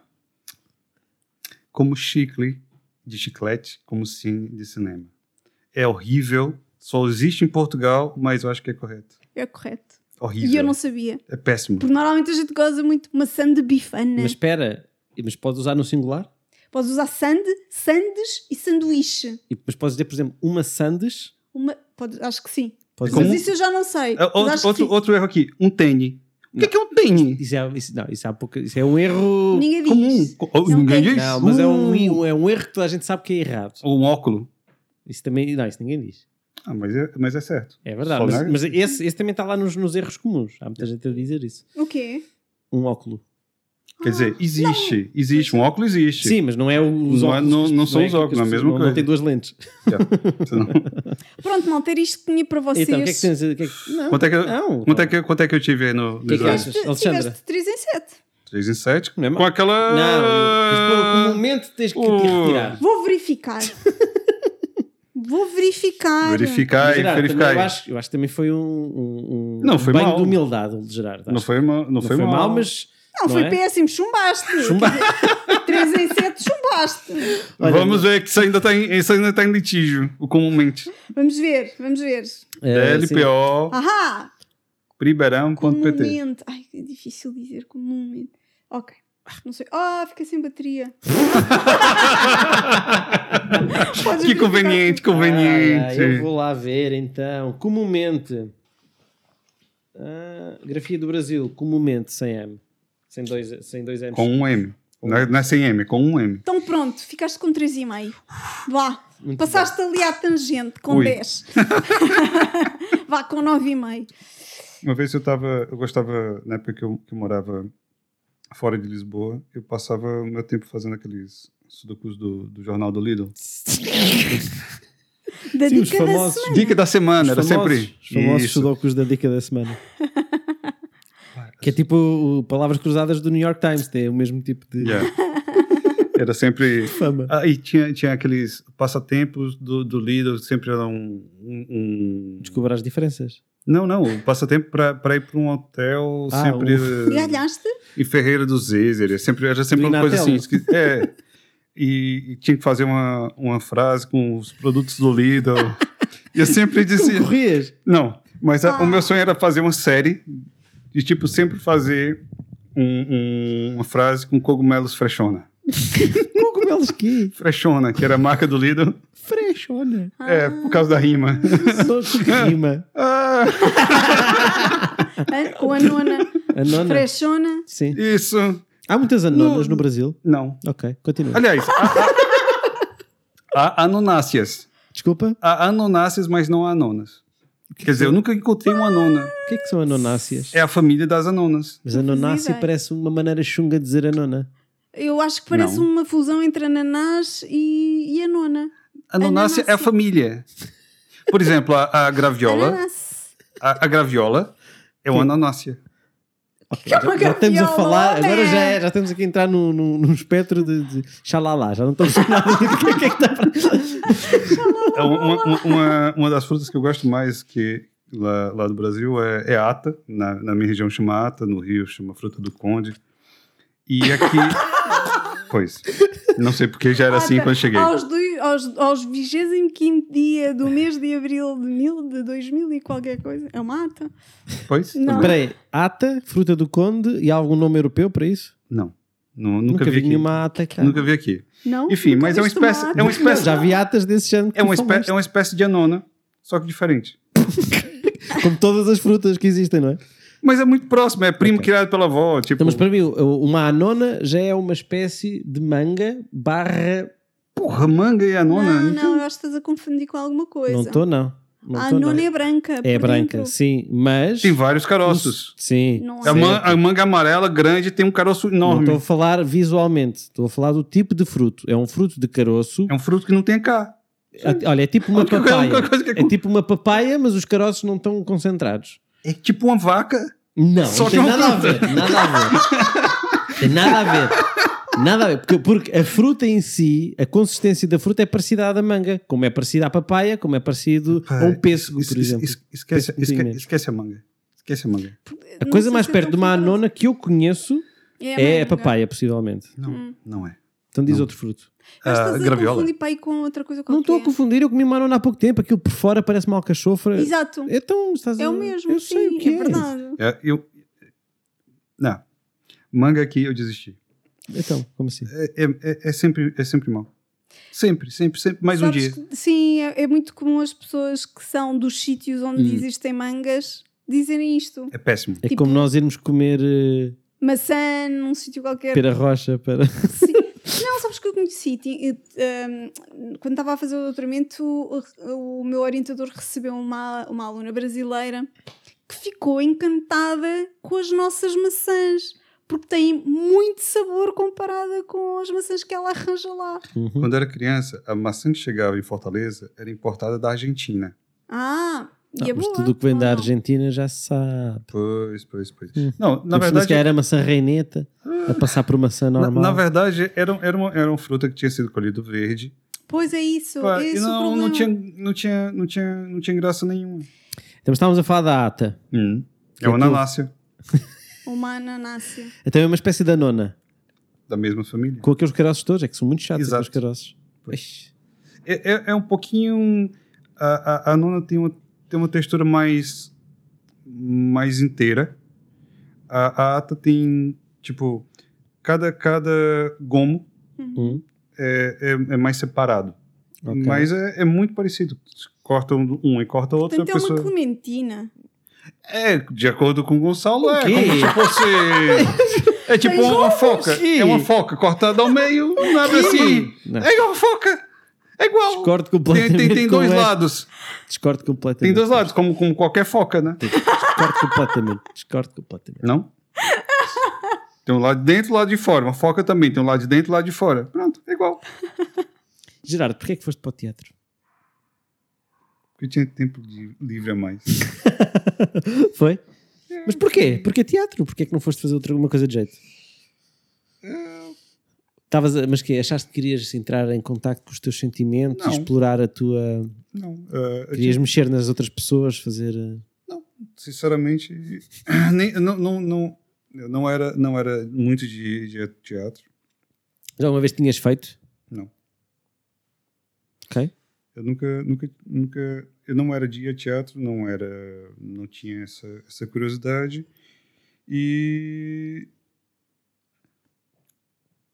Como chicle. de chiclete como cine de cinema. É horrível, só existe em Portugal, mas eu acho que é correto.
É correto.
Horrível.
E eu não sabia.
É péssimo.
Porque normalmente a gente goza muito de uma sand bifana.
Mas espera, mas podes usar no singular?
Podes usar sand, sandes e sanduíche.
E depois podes dizer, por exemplo, uma sandes.
Uma, pode, acho que sim.
Podes
Como?
dizer-
Mas isso eu já não sei.
Ah,
mas acho que
Outro, outro,
sim.
outro erro aqui, um tênis. O que é, que é um tênis?
Isso é, isso, não, isso, há pouca- isso é um erro.
Ninguém diz.
Comum. Co-
É um
Ninguém
tênis.
diz.
Não, mas é um,
Uh,
é um erro que toda a gente sabe que é errado.
Ou um óculo.
Isso também. Não, isso ninguém diz.
Ah, mas é, mas é certo.
É verdade.
Só
Mas,
não-
mas esse, esse também está lá nos, nos erros comuns. Há muita gente a dizer isso.
O quê?
Um óculo.
Quer dizer,
Ah,
existe. Existe. Um óculo existe.
Sim, mas não é o- os
Não é-
óculos.
não-
que-
não são
é
os
que- que
óculos,
as
é
pessoas
a mesma
não- Não
coisa.
tem duas lentes.
*laughs*
Já. Senão-
Pronto, malta, era isto que tinha para vocês.
Então, o que é que tens? a- o que é que- Não,
Quanto é que,
não.
quanto é que, quanto é que eu tive aí no, no
O que é que
exame?
achas,
Tiveste-
Alexandra?
Tiveste 3 em 7.
3 em 7.
Não é
Com
mal.
aquela.
Não, mas pelo um momento tens que te
Uh.
retirar.
Vou verificar. Vou verificar.
Verificar e
Gerardo, também
verificar.
eu, acho, eu acho que também foi um, um, um-
Não,
um
foi
banho
mal.
de humildade o de Gerardo.
Não
acho.
foi mal, não
Não
foi mal, *laughs*
mas
Não,
Não
foi
é?
péssimo. Chumbaste.
Chumba-
3 em 7, chumbaste.
Olha,
Vamos ver que isso ainda está em, isso ainda está em litígio, o comumente.
Vamos ver, vamos ver.
eh, sim.
LPO,
Ahá!
pribeirão.pt.
Comumente. Ai, é difícil dizer comumente. Ok. Não sei. Ah, fica sem bateria. Podes
Que
verificar
conveniente,
tudo.
Ah,
conveniente.
eu vou lá ver então. Comumente. Ah, grafia do Brasil, comumente, sem M. Sem dois, sem dois M's.
Com um M. Não é, não é sem M, é com um M.
Então pronto, ficaste com 3,5. Vá.
Muito
Passaste ali à tangente com
*laughs*
Ui.
10. Vá com 9,5.
Uma vez eu estava, eu gostava, na época que eu, que eu morava fora de Lisboa, eu passava o meu tempo fazendo aqueles sudokus do, do jornal do Lidl.
Da
Sim, os
dica da
famosos-
semana.
Dica da
Os
semana, era
famosos-
sempre.
Os famosos
Isso.
sudokus da dica da semana. que é tipo o- palavras cruzadas do New York Times, tem o mesmo tipo de *laughs*
Yeah. Era sempre
fama.
Ah, e tinha, tinha aqueles passatempos do, do Lidl, sempre era um. um- um-
Descobrir as diferenças.
Não, não, um passatempo para ir para um hotel,
Ah,
sempre
*laughs*
*laughs*
Galhaste?
em Ferreira do Zézer, sempre, era sempre uma coisa assim.
Trinatel.
esqui- É, e, e tinha que fazer uma, uma frase com os produtos do Lidl. E eu
*laughs*
sempre dizia.
Corrias.
Não, mas a- o meu sonho era fazer uma série de tipo sempre fazer um- um- uma frase com cogumelos freshona.
Cogumelos que?
Freshona, que era a marca do Lidl.
Fresh, olha.
É, por causa da rima.
Sudoku que rima.
Ah,
Ah, Com a nona.
A nona.
Freshona.
Sim.
isso.
Há muitas anonas no Brasil.
Não.
Ok, continua.
Aliás, há, há, há anonáceas.
Desculpa,
Há anonáceas, mas não há anonas. Quer dizer, eu nunca encontrei uma anona.
o que é que são anonáceas?
É a família das anonas.
Mas anonácea
ideia.
parece uma maneira chunga de dizer anona.
Eu acho que parece
Não.
uma fusão entre ananás e, e a nona.
Anonácea é a
Anonácea.
família. Por exemplo, a, a graviola.
Ananás.
A, a graviola é uma anonácea.
Já,
é uma
já estamos a
graviola,
falar,
homem!
agora já, é- já estamos aqui a entrar num no, no, espectro de, de xalala, já não estamos a nada *laughs* do que, que é que está
É uma, uma, uma, uma das frutas que eu gosto mais que lá, lá do Brasil é, é a ata. Na, na minha região chama ata, no Rio chama fruta do conde. E
*laughs*
aqui... pois. Não sei porque já era assim
Ata-
quando cheguei.
Aos, dois, aos, aos 25 dia do mês de abril de, mil, de 2000 e qualquer coisa. É uma ata?
Pois?
Não.
Espera aí, ata, fruta do conde e há algum nome europeu para isso?
Não. Nu- nunca, vi aqui.
nenhuma ata cá.
Nunca vi aqui.
Não?
Enfim,
Nunca
mas é uma
viste uma
espécie-
ata?
é uma espécie-
Já vi atas desse género. que
É uma,
tu
espé-
falaste,
é uma espécie de anona, só que diferente. é um-
Como todas as frutas que existem, não é?
Mas é muito próximo, é primo criado pela avó. Tipo,
Então, mas para mim, uma anona já é uma espécie de manga barra.
porra, manga e anona.
Não,
Não,
não, eu acho que estás a confundir com alguma coisa.
Não estou, não. Não
a
tô, não.
nona é branca.
É
é. por
branca,
dentro.
sim, mas.
Tem vários caroços.
Sim.
Não
A,
é.
man- a manga amarela grande tem um caroço
Não
enorme.
estou a falar visualmente, estou a falar do tipo de fruto. É um fruto de caroço.
É um fruto que não tem cá.
A- Olha, é tipo uma
*laughs* única coisa- a
papaya.
única coisa um que é
É tipo uma papaya, mas os caroços não estão concentrados.
É tipo uma vaca.
Não,
Só
não
que
tem
é um
nada a
fruto.
ver. Nada a ver. tem nada a ver. Nada a ver. Porque, porque a fruta em si, a consistência da fruta é parecida à da manga, como é parecida à papaya, como é parecido a um pêssego,
Es-
por
es-
exemplo.
es- esquece,
Esse tipo
esque-
mesmo.
esquece a manga. Esquece a manga.
A
Não
coisa
sei
mais
se é
perto
tão
de uma
poderosa.
anona que eu conheço é a
manga.
papaya, possivelmente.
Não, não é.
Então diz outro fruto.
Mas
Ah,
estás a
graviola.
confundir para aí com outra coisa
Não estou a
qualquer.
confundir, eu comi marona há pouco tempo, aquilo por fora parece uma alcachofra.
Exato.
Então, estás
É
a...
o mesmo,
eu
sim,
sei o que
é verdade.
É, eu. Não. Manga aqui eu desisti.
Então, como assim?
É, é- é- é sempre, é sempre mal. Sempre, sempre, sempre. Mais um
Sabes
dia.
que- sim, é, é muito comum as pessoas que são dos sítios onde
Hum.
existem mangas dizerem isto.
É péssimo.
É
Tipo-
como nós irmos comer eh,
Maçã num sítio qualquer.
pera rocha para.
Sim. Não, sabes que eu conheci. ti- eh, ehm, quando estava a fazer o doutoramento, o, o meu orientador recebeu uma, uma aluna brasileira que ficou encantada com as nossas maçãs. Porque tem muito sabor comparada com as maçãs que ela arranja lá.
Uhum.
Quando eu era criança, a maçã que chegava em Fortaleza era importada da Argentina.
Ah, e é
Ah, *laughs* mas
boa.
tudo o que vem
ou
da
não?
Argentina já se sabe.
Pois, pois, pois.
Hum.
Não,
Na
na
verdade,
verdade,
que era maçã reineta a passar por maçã
na,
normal.
na verdade era, um, era, uma, era uma fruta que tinha sido colhido verde.
Pois é isso.
Pá,
é
e
esse o
não,
problema.
não, tinha, não, tinha, não, tinha, não tinha graça nenhuma.
Então estávamos a falar da ata.
É uma
Que aquilo-
ananácia
Uma ananácia.
Então é uma espécie da nona.
da mesma família.
Com aqueles caroços todos, é que são muito chatos
Exato.
aqueles caroços. Ixi.
É, é, é um pouquinho. A, a, a nona tem uma, tem uma textura mais. mais inteira. A, a ata tem, tipo. Cada, cada gomo
Hum.
é, é, é mais separado.
Ok.
Mas é, é muito parecido. Corta um, um e corta outro.
Portanto, é
a pessoa...
uma clementina.
É, de acordo com o Gonçalo, é
quê?
como se fosse.
*laughs*
É tipo
Tem
uma
jovens?
foca. É uma foca cortada ao meio, nada assim.
assim? Não.
É uma foca. É igual.
Discordo
Tem,
completamente.
tem, tem
com
dois
esta.
lados.
Discordo completamente.
Tem dois lados, como, como qualquer foca, né?
Discordo completamente. Discordo completamente. *laughs*
Não? Tem um lado de dentro e um lado de fora. Uma foca também tem um lado de dentro e um lado de fora. Pronto, é igual.
Gerardo, porquê é que foste para o teatro?
Porque tinha tempo de- livre a mais.
Foi? Mas porquê? Porquê teatro? Porquê é que não foste fazer outra alguma coisa de jeito? Estavas a- mas que achaste que querias entrar em contacto com os teus sentimentos,
Não.
e explorar a tua.
Não, eh, eu
Querias mexer nas outras pessoas, fazer. eh,
sinceramente *coughs* nem, não, não, não, eu não era não era muito de, de teatro
Já uma vez tinhas feito?
Não.
Ok.
eu nunca nunca nunca eu não era de ir a teatro não era não tinha essa, essa curiosidade e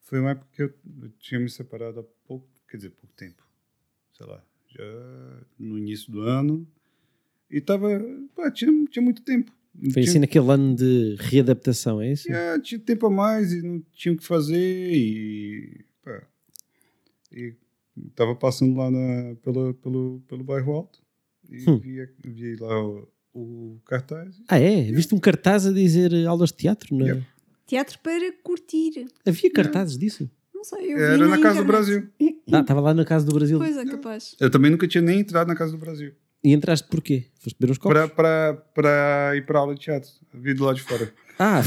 foi uma época que eu, eu tinha me separado há pouco quer dizer pouco tempo sei lá já no início do ano e tava pá, tinha, tinha muito tempo Não
Foi
tinha-
assim naquele ano de readaptação, é isso?
tinha, tinha tempo a mais e não tinha o que fazer e, pá, e tava passando lá na, pelo, pelo, pelo bairro alto e
Hum.
vi, vi lá o, o cartaz.
Ah, é? Viste um cartaz a dizer eh, aulas de teatro? Não? é?
Yeah.
Teatro para curtir.
Havia cartazes disso?
Não sei, eu vi
Era na Casa do
internet.
Brasil.
Ah, estava lá na Casa do Brasil.
Pois é, capaz.
Eu também nunca tinha nem entrado na Casa do Brasil
E entraste porquê? Foste beber uns copos?
pra, pra, pra ir pra aula de teatro. Eu Vi do lado de
*laughs*
fora. *laughs*
Ah!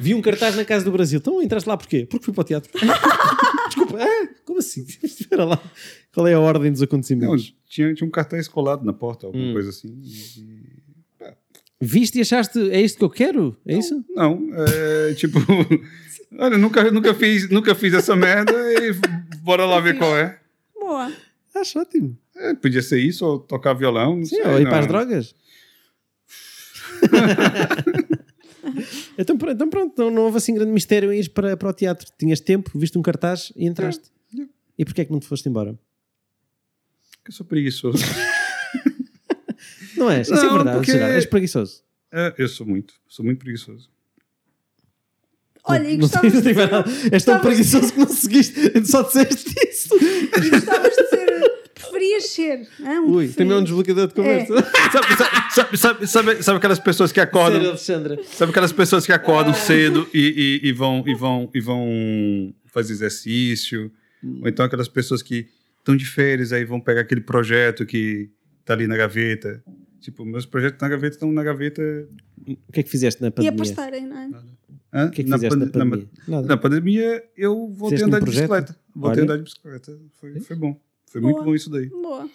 Vi um cartaz na Casa do Brasil. Então entraste lá porquê? Porque fui para o teatro. *laughs* Desculpa, ah, como assim? *laughs* Espera lá. Qual é a ordem dos
Não,
acontecimentos?
tinha, tinha um cartaz colado na porta, alguma
Hum.
coisa assim. e- e-
Viste e achaste, é isto que eu quero? É isso?
Não, é tipo. *laughs* Olha, nunca, nunca, fiz, nunca fiz essa merda e bora lá ver qual é.
Boa.
Acho ótimo.
É, podia ser isso, ou tocar violão. Não
Sim,
sei,
ou ir
não.
para as drogas. *laughs* então, pr- então pronto, não, não houve assim grande mistério em ir para, para o teatro. Tinhas tempo, viste um cartaz e entraste.
É, é.
E porquê é que não te foste embora?
Eu sou preguiçoso.
Não és? Isso é
Não,
verdade,
porque-
Gerardo, és preguiçoso.
É, eu sou muito, sou muito preguiçoso.
Olha,
não,
e
não,
gostavas,
tens-
de
não,
ser,
não, És tão
gostavas-
preguiçoso que não seguiste, só disseste isso.
e gostavas de ser. eh, Preferias ser. hã? Um
Ui, também é um
preferido.
desbloqueador de
É.
conversa.
Sabe, sabe, sabe, sabe, sabe aquelas pessoas que
Sério,
acordam,
Alexandra.
sabe aquelas pessoas que acordam cedo e, e, e vão e vão e vão fazer exercício, ou então aquelas pessoas que estão de férias aí vão pegar aquele projeto que tá ali na gaveta. Tipo, meus projetos na gaveta estão na gaveta.
O que é que fizeste na
E
pandemia?
apostarem, não é?
hã?
O que é que fizeste na
pande- na-
pandemia? Nada.
Na pandemia, eu voltei
Fizeste
a
um
andar de
projeto?
bicicleta. Voltei
Olha.
a andar de bicicleta. Foi, foi bom. Foi muito
Boa.
bom isso daí.
Boa.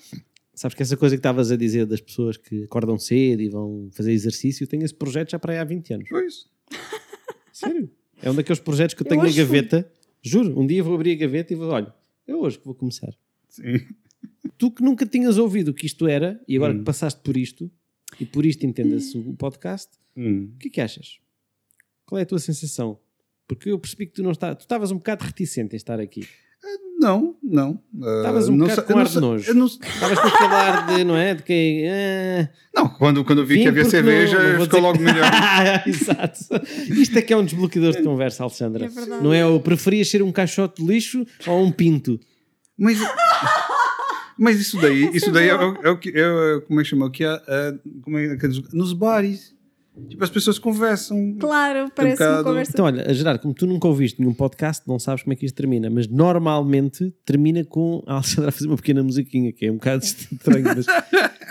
Sabes que essa coisa que estavas a dizer das pessoas que acordam cedo e vão fazer exercício, eu tenho esse projeto já para aí há 20 anos.
Foi isso.
Sério? É um daqueles projetos que eu
Eu
tenho na
hoje
gaveta. Juro, um dia vou abrir a gaveta e vou, olha, é hoje que vou começar.
Sim.
Tu que nunca tinhas ouvido o que isto era, e agora que passaste por isto, e por isto entenda-se o podcast,
Hum.
o que é que achas? Qual é a tua sensação? Porque eu percebi que tu não está, tu estavas um bocado reticente em estar aqui.
Não, não. Ah,
Estavas um
não
bocado
sei-
com
eu não
ar de
sei-
nojo.
eu não,
Estavas com aquele ar de, não é? De quem. ah,
não, quando, quando eu vi
Vim
que havia
porque
cerveja,
não- não vou
ficou
dizer- Ah,
logo
*laughs*
melhor.
Exato. Isto é que é um desbloqueador de conversa, Alexandra.
É verdade.
não é o preferias ser um caixote de lixo ou um pinto?
Mas, mas isso daí, isso daí é, o- é o que é, o- como é que chama? O que é, é, como é, que diz? nos bares. Tipo, as pessoas conversam.
Claro, parece uma
bocado-
conversa.
um Então, olha, Gerardo, como tu nunca ouviste nenhum podcast, não sabes como é que isto termina, mas normalmente termina com a Alexandra a fazer uma pequena musiquinha, que é um bocado estranho,
*laughs*
mas.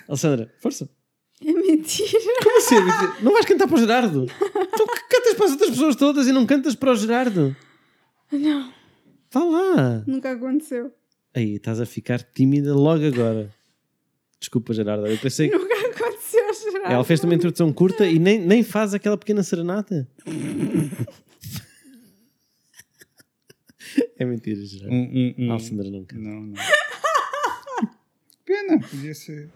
Alexandra, força.
*laughs* É mentira.
Como assim? Não vais cantar para o Gerardo? Tu que cantas para as outras pessoas todas e não cantas para o Gerardo?
Não,
Vá lá.
nunca aconteceu.
Aí, estás a ficar tímida logo agora. Desculpa, Gerardo, eu pensei que. É
Nunca aconteceu, Geraldo.
Ela fez uma introdução curta e nem, nem faz aquela pequena serenata. é mentira, Gerardo.
Hum, hum, hum.
*laughs* Alessandra nunca.
Não, não. Pena, podia ser.